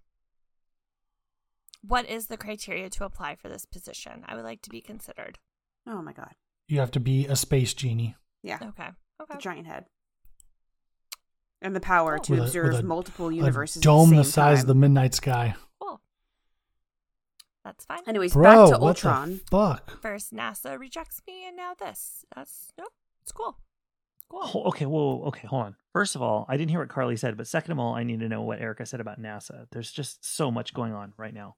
S5: What is the criteria to apply for this position? I would like to be considered.
S3: Oh my god.
S1: you have to be a space genie.
S3: Yeah.
S4: Oh,
S5: Okay.
S3: The
S5: Okay.
S3: giant head. And the power
S4: Oh.
S3: to
S1: With a- with
S3: observe
S1: a-
S3: multiple
S1: a
S3: universes. at
S1: dome
S3: the,
S1: the
S3: same
S1: size
S3: time.
S1: of the midnight sky.
S5: Cool. That's fine.
S3: Anyways,
S1: Bro,
S3: back to
S1: what
S3: Ultron.
S1: the fuck?
S5: First NASA rejects me and now this. That's nope. It's cool.
S4: Oh, okay, whoa, whoa, okay, hold on. First of all, I didn't hear what Carly said, but second of all, I need to know what Erica said about NASA. There's just so much going on right now.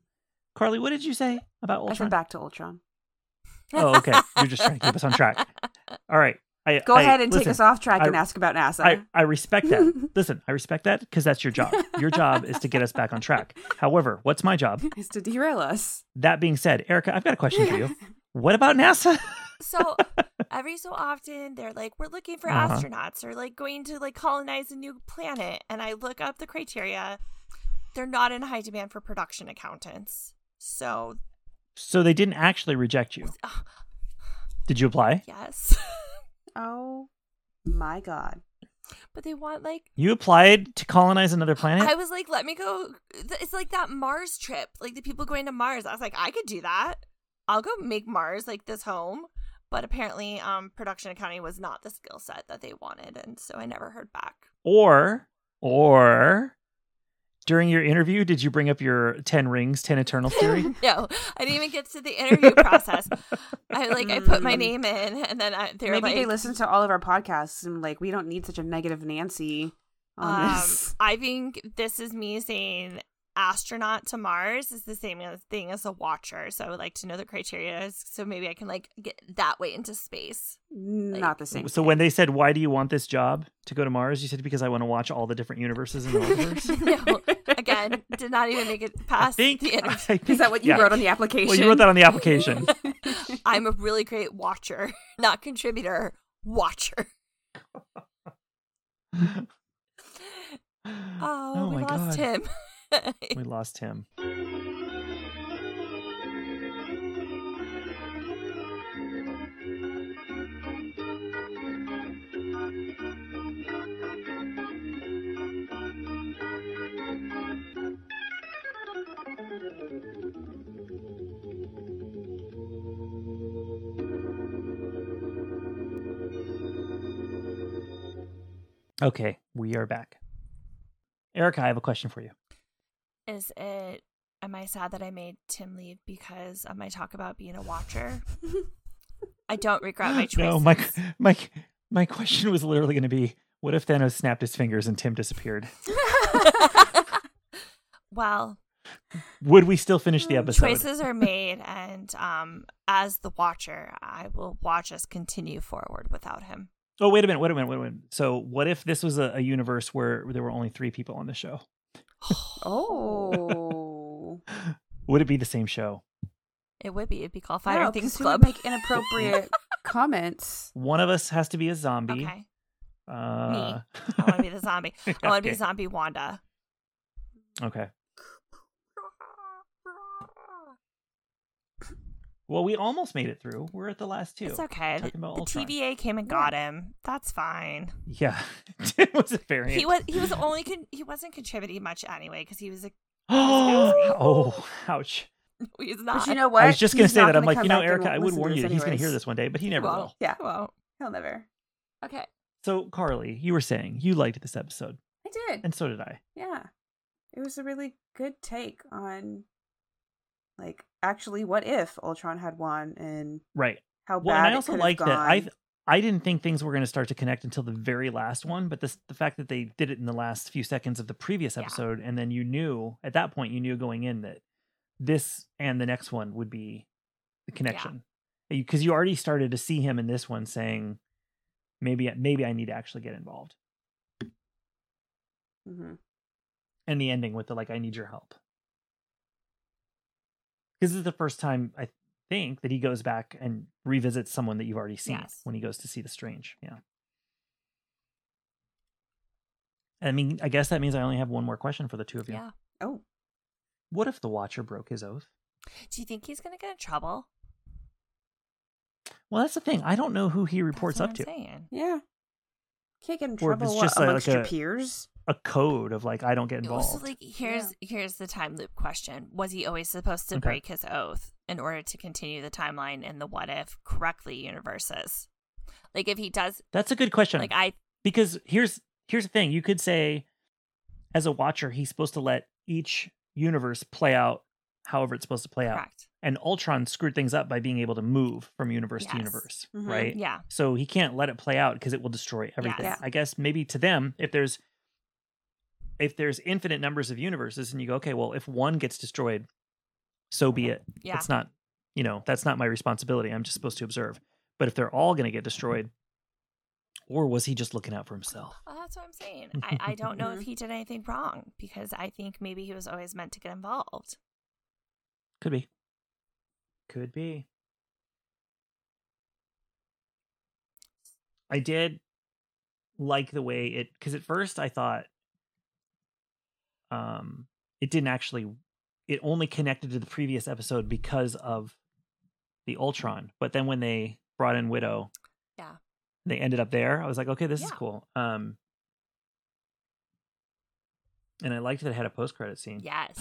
S4: Carly, what did you say about
S3: I said
S4: Ultron?
S3: back to Ultron.
S4: Oh, okay. You're just trying to keep us on track. All right. I,
S3: Go
S4: I-
S3: ahead and take
S4: listen,
S3: us off track
S4: I-
S3: and ask about NASA.
S4: I, I respect that. listen, I respect that because that's your job. Your job is to get us back on track. However, what's my job?
S3: is to derail us.
S4: That being said, Erica, I've got a question for you. What about NASA?
S5: so every so often they're like, we're looking for
S4: Uh-huh.
S5: astronauts or like going to like colonize a new planet. And I look up the criteria. They're not in high demand for production accountants. So
S4: so they didn't actually reject you.
S5: Ugh.
S4: Did you apply?
S5: yes.
S3: Oh my god.
S5: but they want like
S4: You applied to colonize another planet?
S5: I was like, let me go. th- It's like that Mars trip, like the people going to Mars. I was like, I could do that. I'll go make Mars like this home. But apparently, um, production accounting was not the skill set that they wanted, and so I never heard back.
S4: Or, or during your interview, did you bring up your 10 rings, 10 eternal theory?
S5: no, I didn't even get to the interview process. I like I put my name in, and then I, they're
S3: Mm. Maybe
S5: like,
S3: they listen to all of our podcasts and like we don't need such a negative Nancy on
S5: um,
S3: this.
S5: I think this is me saying astronaut to Mars is the same as- thing as a watcher. So I would like to know the criteria, so maybe I can like get that way into space.
S3: Not the same.
S4: so when they said, "Why do you want this job to go to Mars?" You said, "Because I want to watch all the different universes in the universe."
S5: no, again, did not even make it
S4: I
S5: past
S4: think,
S5: the
S4: I
S5: interview.
S4: think-
S3: is that what you
S4: yeah.
S3: wrote on the application?
S4: Well, you wrote that on the application.
S5: I'm a really great watcher, not contributor, watcher. Oh, we lost him.
S4: We lost him. Okay, we are back. Erica, I have a question for you.
S5: Is it? Am I sad that I made Tim leave because of my talk about being a watcher? I don't regret my choices.
S4: No, my my my question was literally going to be, what if Thanos snapped his fingers and Tim disappeared?
S5: well,
S4: Would we still finish the episode?
S5: Mm, choices are made, and um, as the watcher, I will watch us continue forward without him.
S4: Oh, wait a minute, wait a minute, wait a minute. So, what if this was a, a universe where there were only three people on the show?
S3: oh.
S4: Would it be the same show?
S5: It would be. It'd be called Fire
S3: No,
S5: Things
S3: 'cause we would
S5: Club.
S3: make inappropriate comments.
S4: One of us has to be a zombie.
S5: Okay,
S4: Uh,
S5: I want to be the zombie. I want to be
S4: Okay.
S5: zombie Wanda.
S4: Okay. Well, we almost made it through. We're at the last two.
S5: It's okay. The,
S4: Talking about
S5: the
S4: Ultron.
S5: TVA came and got him. That's fine.
S4: Yeah, Tim was a variant.
S5: He was he was only con- he wasn't contributing much anyway because he was a
S4: oh, ouch.
S5: he's not.
S3: But you know what?
S4: I was just going
S3: He's
S4: to say
S3: not
S4: that. I'm
S3: gonna
S4: like,
S3: come
S4: you know,
S3: back and
S4: Erica, I would
S3: listen to
S4: warn you
S3: this
S4: that he's going
S3: anyways.
S4: to hear this one day, but he never
S5: Well,
S4: will.
S3: Yeah,
S5: he won't.
S3: he'll never.
S5: Okay.
S4: So, Carly, you were saying you liked this episode,
S3: I did.
S4: and so did I.
S3: yeah. It was a really good take on like actually what if Ultron had won and
S4: Right.
S3: how
S4: Well,
S3: bad
S4: and I
S3: it
S4: also
S3: could've
S4: like that
S3: gone.
S4: I I didn't think things were going to start to connect until the very last one, but this the fact that they did it in the last few seconds of the previous
S5: Yeah.
S4: episode, and then you knew at that point you knew going in that this and the next one would be the connection because you already started to see him in this one saying maybe maybe I need to actually get involved,
S3: Mhm.
S4: and the ending with the like I need your help because this is the first time I think that he goes back and revisits someone that you've already seen
S5: Yes.
S4: when he goes to see the strange yeah. I mean, I guess that means I only have one more question for the two of you.
S5: Yeah.
S3: Oh,
S4: What if the Watcher broke his oath?
S5: Do you think he's gonna get in trouble?
S4: Well, that's the thing. I don't know who he reports
S5: That's
S4: up
S5: what
S4: to.
S5: I'm saying.
S3: yeah. Can't get in
S4: Or if
S3: trouble
S4: it's
S3: what,
S4: just, like,
S3: amongst
S4: like
S3: your
S4: a-
S3: peers.
S4: A code of like, I don't get
S5: Also,
S4: involved.
S5: like here's here's the time loop question: Was he always supposed to
S4: Okay.
S5: break his oath in order to continue the timeline in the what if correctly universes? Like if he does,
S4: that's a good question.
S5: like I
S4: because here's here's the thing you could say as a watcher he's supposed to let each universe play out however it's supposed to play out
S5: correct.
S4: and ultron screwed things up by being able to move from universe
S5: Yes. Mm-hmm.
S4: to universe
S3: Mhm.
S4: right
S5: Yeah.
S4: so he can't let it play out because it will destroy everything
S5: Yes.
S4: i guess maybe to them if there's if there's infinite numbers of universes and you go okay well if one gets destroyed so be it
S5: Yeah.
S4: it's not you know that's not my responsibility i'm just supposed to observe but if they're all going to get destroyed or was he just looking out for himself
S5: Well, that's what I'm saying. I, I don't know if he did anything wrong because I think maybe he was always meant to get involved.
S4: Could be. Could be. I did like the way it because at first I thought um it didn't actually it only connected to the previous episode because of the Ultron. But then when they brought in Widow,
S5: Yeah.
S4: They ended up there. I was like, okay, this is
S5: Yeah.
S4: cool. Um and I liked that it had a post credit scene
S5: Yes.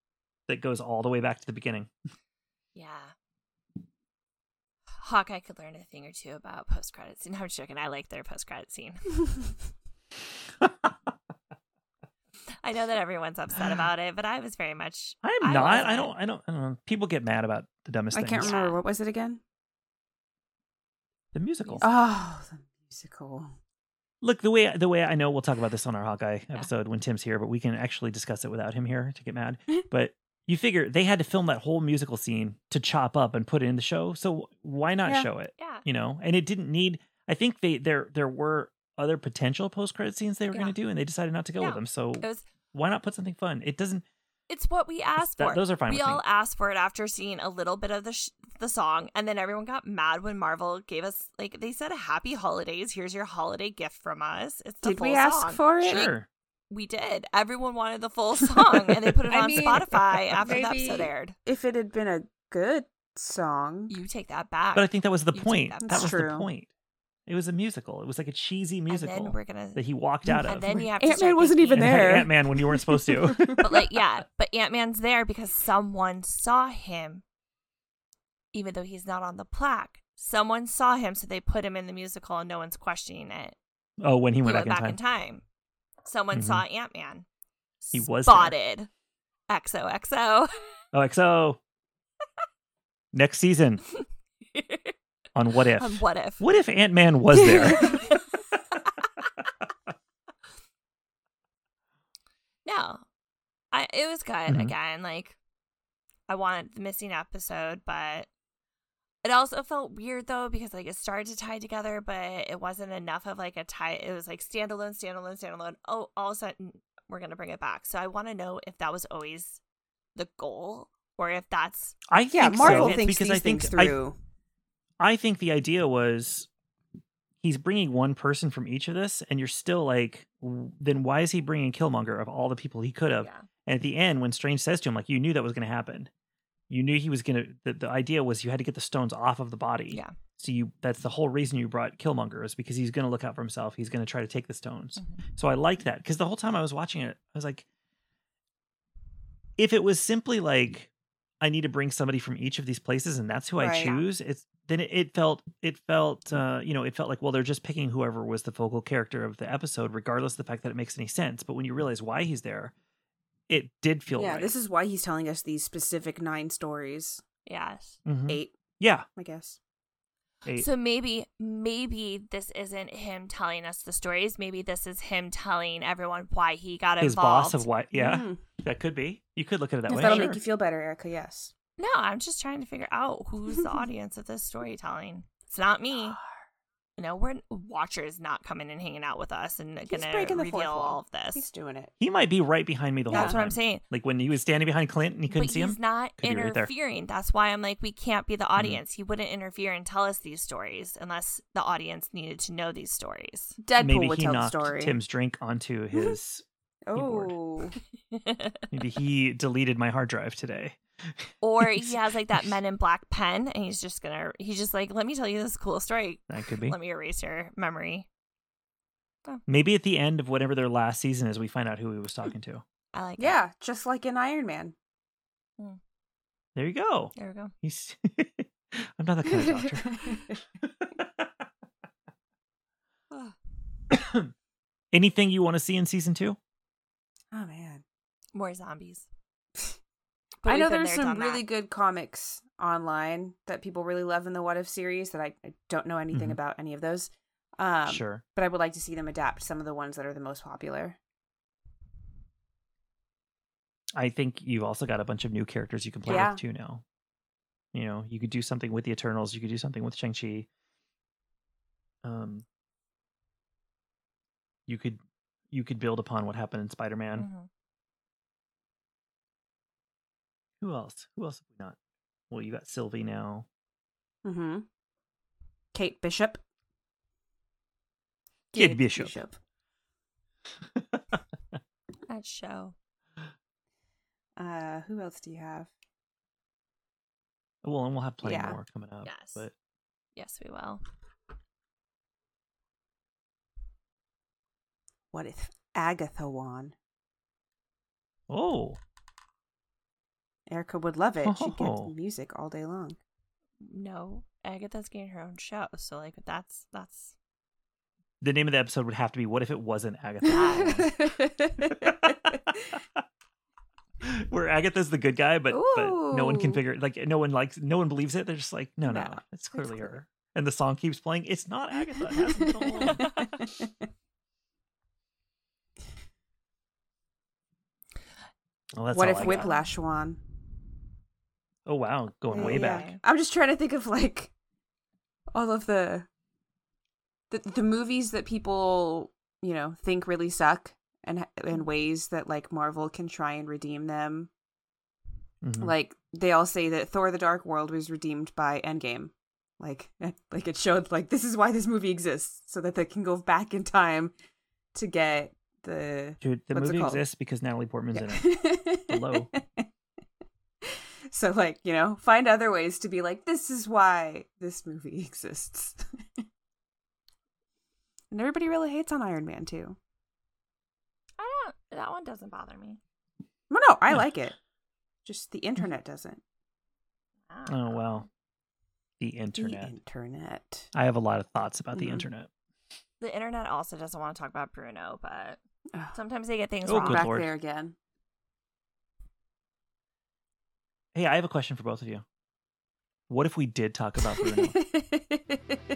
S4: that goes all the way back to the beginning.
S5: yeah. Hawkeye could learn a thing or two about post credit scene. I'm joking. I like their post credit scene. I know that everyone's upset about it, but I was very much.
S4: I am not. I
S5: wasn't.
S4: don't. I don't. I don't know. People get mad about the dumbest
S3: I
S4: things.
S3: can't remember what was it again.
S4: The musical.
S3: Oh, the musical.
S4: Look, the way the way I know we'll talk about this on our Hawkeye episode when Tim's here, but we can actually discuss it without him here to get mad. but you figure they had to film that whole musical scene to chop up and put it in the show, so why not
S3: Yeah.
S4: show it?
S5: Yeah.
S4: You know, and it didn't need. I think they there there were other potential post credit scenes they were going
S5: Yeah.
S4: to do, and they decided not to go
S5: No.
S4: with them. So
S5: It was.
S4: why not put something fun? It doesn't.
S5: It's what we asked
S4: That-
S5: for.
S4: those are fine
S5: We
S4: with me.
S5: all asked for it after seeing a little bit of the sh- the song, and then everyone got mad when Marvel gave us like they said, "Happy holidays! Here's your holiday gift from us." It's the
S3: Did
S5: full
S3: we ask
S5: song.
S3: for it?
S4: Sure.
S5: We did. Everyone wanted the full song, and they put it
S6: I
S5: on
S6: mean,
S5: Spotify after the
S6: maybe-
S5: episode aired.
S3: If it had been a good song,
S5: You take that back.
S4: But I think that was the
S5: You take
S4: point.
S5: that
S4: That,
S5: back.
S4: was the
S3: True.
S4: point. It was a musical. It was like a cheesy musical
S5: and then we're gonna.
S4: that he walked out
S5: and
S4: of.
S5: then you have to.
S3: Ant
S5: start
S3: Man wasn't
S5: thinking-
S3: even there.
S4: Ant Man when you weren't supposed to.
S5: but like yeah but ant-man's there because someone saw him even though he's not on the plaque someone saw him so they put him in the musical and no one's questioning it
S4: oh, when he went, back, in time.
S5: someone
S4: Mhm.
S5: saw ant-man
S4: He was there.
S5: spotted xoxo
S4: Oh, XO. Next season on What If.
S5: on what if
S4: What if Ant Man was there?
S5: no i it was good
S4: Mhm.
S5: again like i wanted the missing episode but it also felt weird though because like it started to tie together but it wasn't enough of like a tie it was like standalone standalone standalone oh all of a sudden we're gonna bring it back so i want to know if that was always the goal or if that's
S4: I
S3: yeah,
S4: think
S3: Marvel
S4: so,
S3: thinks
S4: because
S3: these
S4: I think
S3: things
S4: I-
S3: through.
S4: I, think the idea was he's bringing one person from each of this, and you're still like, w- then why is he bringing Killmonger of all the people he could have?
S5: yeah
S4: And at the end, when Strange says to him, like, you knew that was going to happen. You knew he was going to, the, the idea was you had to get the stones off of the body.
S5: yeah
S4: So you, that's the whole reason you brought Killmonger is because he's going to look out for himself. He's going to try to take the stones.
S3: Mm-hmm.
S4: So I liked that because the whole time I was watching it, I was like, if it was simply like, I need to bring somebody from each of these places and that's who I
S3: Right.
S4: choose, it's, then it, it felt, it felt, uh, you know, it felt like, well, they're just picking whoever was the focal character of the episode, regardless of the fact that it makes any sense. But when you realize why he's there, it did feel
S3: yeah,
S4: right.
S3: this is why he's telling us these specific nine stories.
S5: yes
S4: Mhm.
S3: Eight,
S4: Yeah.
S3: I guess.
S4: Eight.
S5: So maybe maybe this isn't him telling us the stories. Maybe this is him telling everyone why he got
S4: his
S5: involved.
S4: boss of what? Yeah,
S3: Mm.
S4: that could be. You could look at it that
S3: If
S4: way.
S3: that'll
S4: sure.
S3: make you feel better, Erica. Yes.
S5: No, I'm just trying to figure out who's the audience of this storytelling. It's not me.
S3: Ah.
S4: Ah,
S5: No, we're Watcher is not coming and hanging out with us and
S3: He's
S4: uh,
S5: gonna
S3: breaking the
S5: reveal
S3: fourth wall.
S5: all of this.
S3: He's doing it.
S4: he might be right behind me the whole
S5: That's
S4: time.
S5: what I'm saying.
S4: Like when he was standing behind Clint and he couldn't
S5: but
S4: see
S5: he's
S4: him.
S5: not
S4: Could be right there. Mm-hmm.
S5: interfering. That's why I'm like, we can't be the audience. He wouldn't interfere and tell us these stories unless the audience needed to know these stories.
S3: Deadpool
S4: maybe
S3: would
S4: he
S3: tell the
S4: knocked
S3: story.
S4: Tim's drink onto his.
S3: oh,
S4: maybe he deleted my hard drive today.
S5: or he has like that men in black pen and he's just gonna he's just like let me tell you this cool story
S4: That could be.
S5: let me erase your memory
S4: Maybe at the end of whatever their last season is, we find out who he was talking to.
S5: i like it.
S3: yeah, just like in Iron Man.
S4: There you go.
S5: there we go
S4: He's. I'm not that kind of doctor.
S5: oh
S4: Anything you want to see in season two?
S3: Oh man,
S5: more zombies But
S3: I
S5: we've
S3: know
S5: been
S3: there's
S5: there,
S3: some
S5: done that.
S3: really good comics online that people really love in the What If series that I, I don't know anything
S4: Mhm.
S3: about any of those. Um,
S4: sure.
S3: but I would like to see them adapt some of the ones that are the most popular.
S4: I think you've also got a bunch of new characters you can play
S3: Yeah.
S4: with too now. You know, you could do something with the Eternals. You could do something with Shang Chi. Um, you could you could build upon what happened in Spider Man.
S3: Mm.
S5: Mhm.
S4: Who else? Who else have we not? Well, you got Sylvie now.
S3: Mm-hmm. Kate Bishop.
S4: Kate Bishop.
S5: that show
S3: Uh, who else do you have?
S4: Well, and we'll have plenty
S3: Yeah.
S4: more coming up.
S5: Yes.
S4: But
S5: yes we will
S3: What if Agatha won?
S4: oh,
S3: Erica would love it. She'd
S4: Oh.
S3: get music all day long.
S5: no, Agatha's getting her own show, so like that's that's
S4: The name of the episode would have to be "What if it wasn't Agatha?" Where Agatha's the good guy, but but no one can
S5: Ooh.
S4: figure like no one likes no one believes it. They're just like, no, no,
S3: No,
S4: it's clearly
S3: clear.
S4: her. And the song keeps playing. It's not Agatha. It hasn't been all along. Well, Oh, that's
S3: what
S4: all
S3: if
S4: I got.
S3: Whiplash won?
S4: Oh wow, going way
S3: Yeah.
S4: back.
S3: I'm just trying to think of like all of the the, the movies that people you know think really suck, and
S4: Mm-hmm.
S3: and ways that like Marvel can try and redeem them.
S4: Mhm.
S3: Like they all say that Thor: The Dark World was redeemed by Endgame. Like like it showed like this is why this movie exists so that they can go back in time to get the
S4: Dude, the
S3: what's it
S4: movie
S3: called?
S4: exists because Natalie Portman's in it. Hello.
S3: Hello. So like, you know, find other ways to be like, this is why this movie exists. and everybody really hates on Iron Man too.
S5: I don't that one doesn't bother me.
S3: Well no, I
S4: Yeah. Mm.
S3: like it. Just the internet doesn't.
S5: I don't
S4: Oh
S5: know.
S4: wow, the internet.
S3: The internet.
S4: I have a lot of thoughts about the
S3: Mhm.
S4: internet.
S5: The internet also doesn't want to talk about Bruno, but
S3: Ugh,
S5: sometimes they get things
S4: Oh,
S5: wrong.
S4: good
S3: back
S4: lord.
S3: there again.
S4: Hey, I have a question for both of you. What if we did talk about Bruno?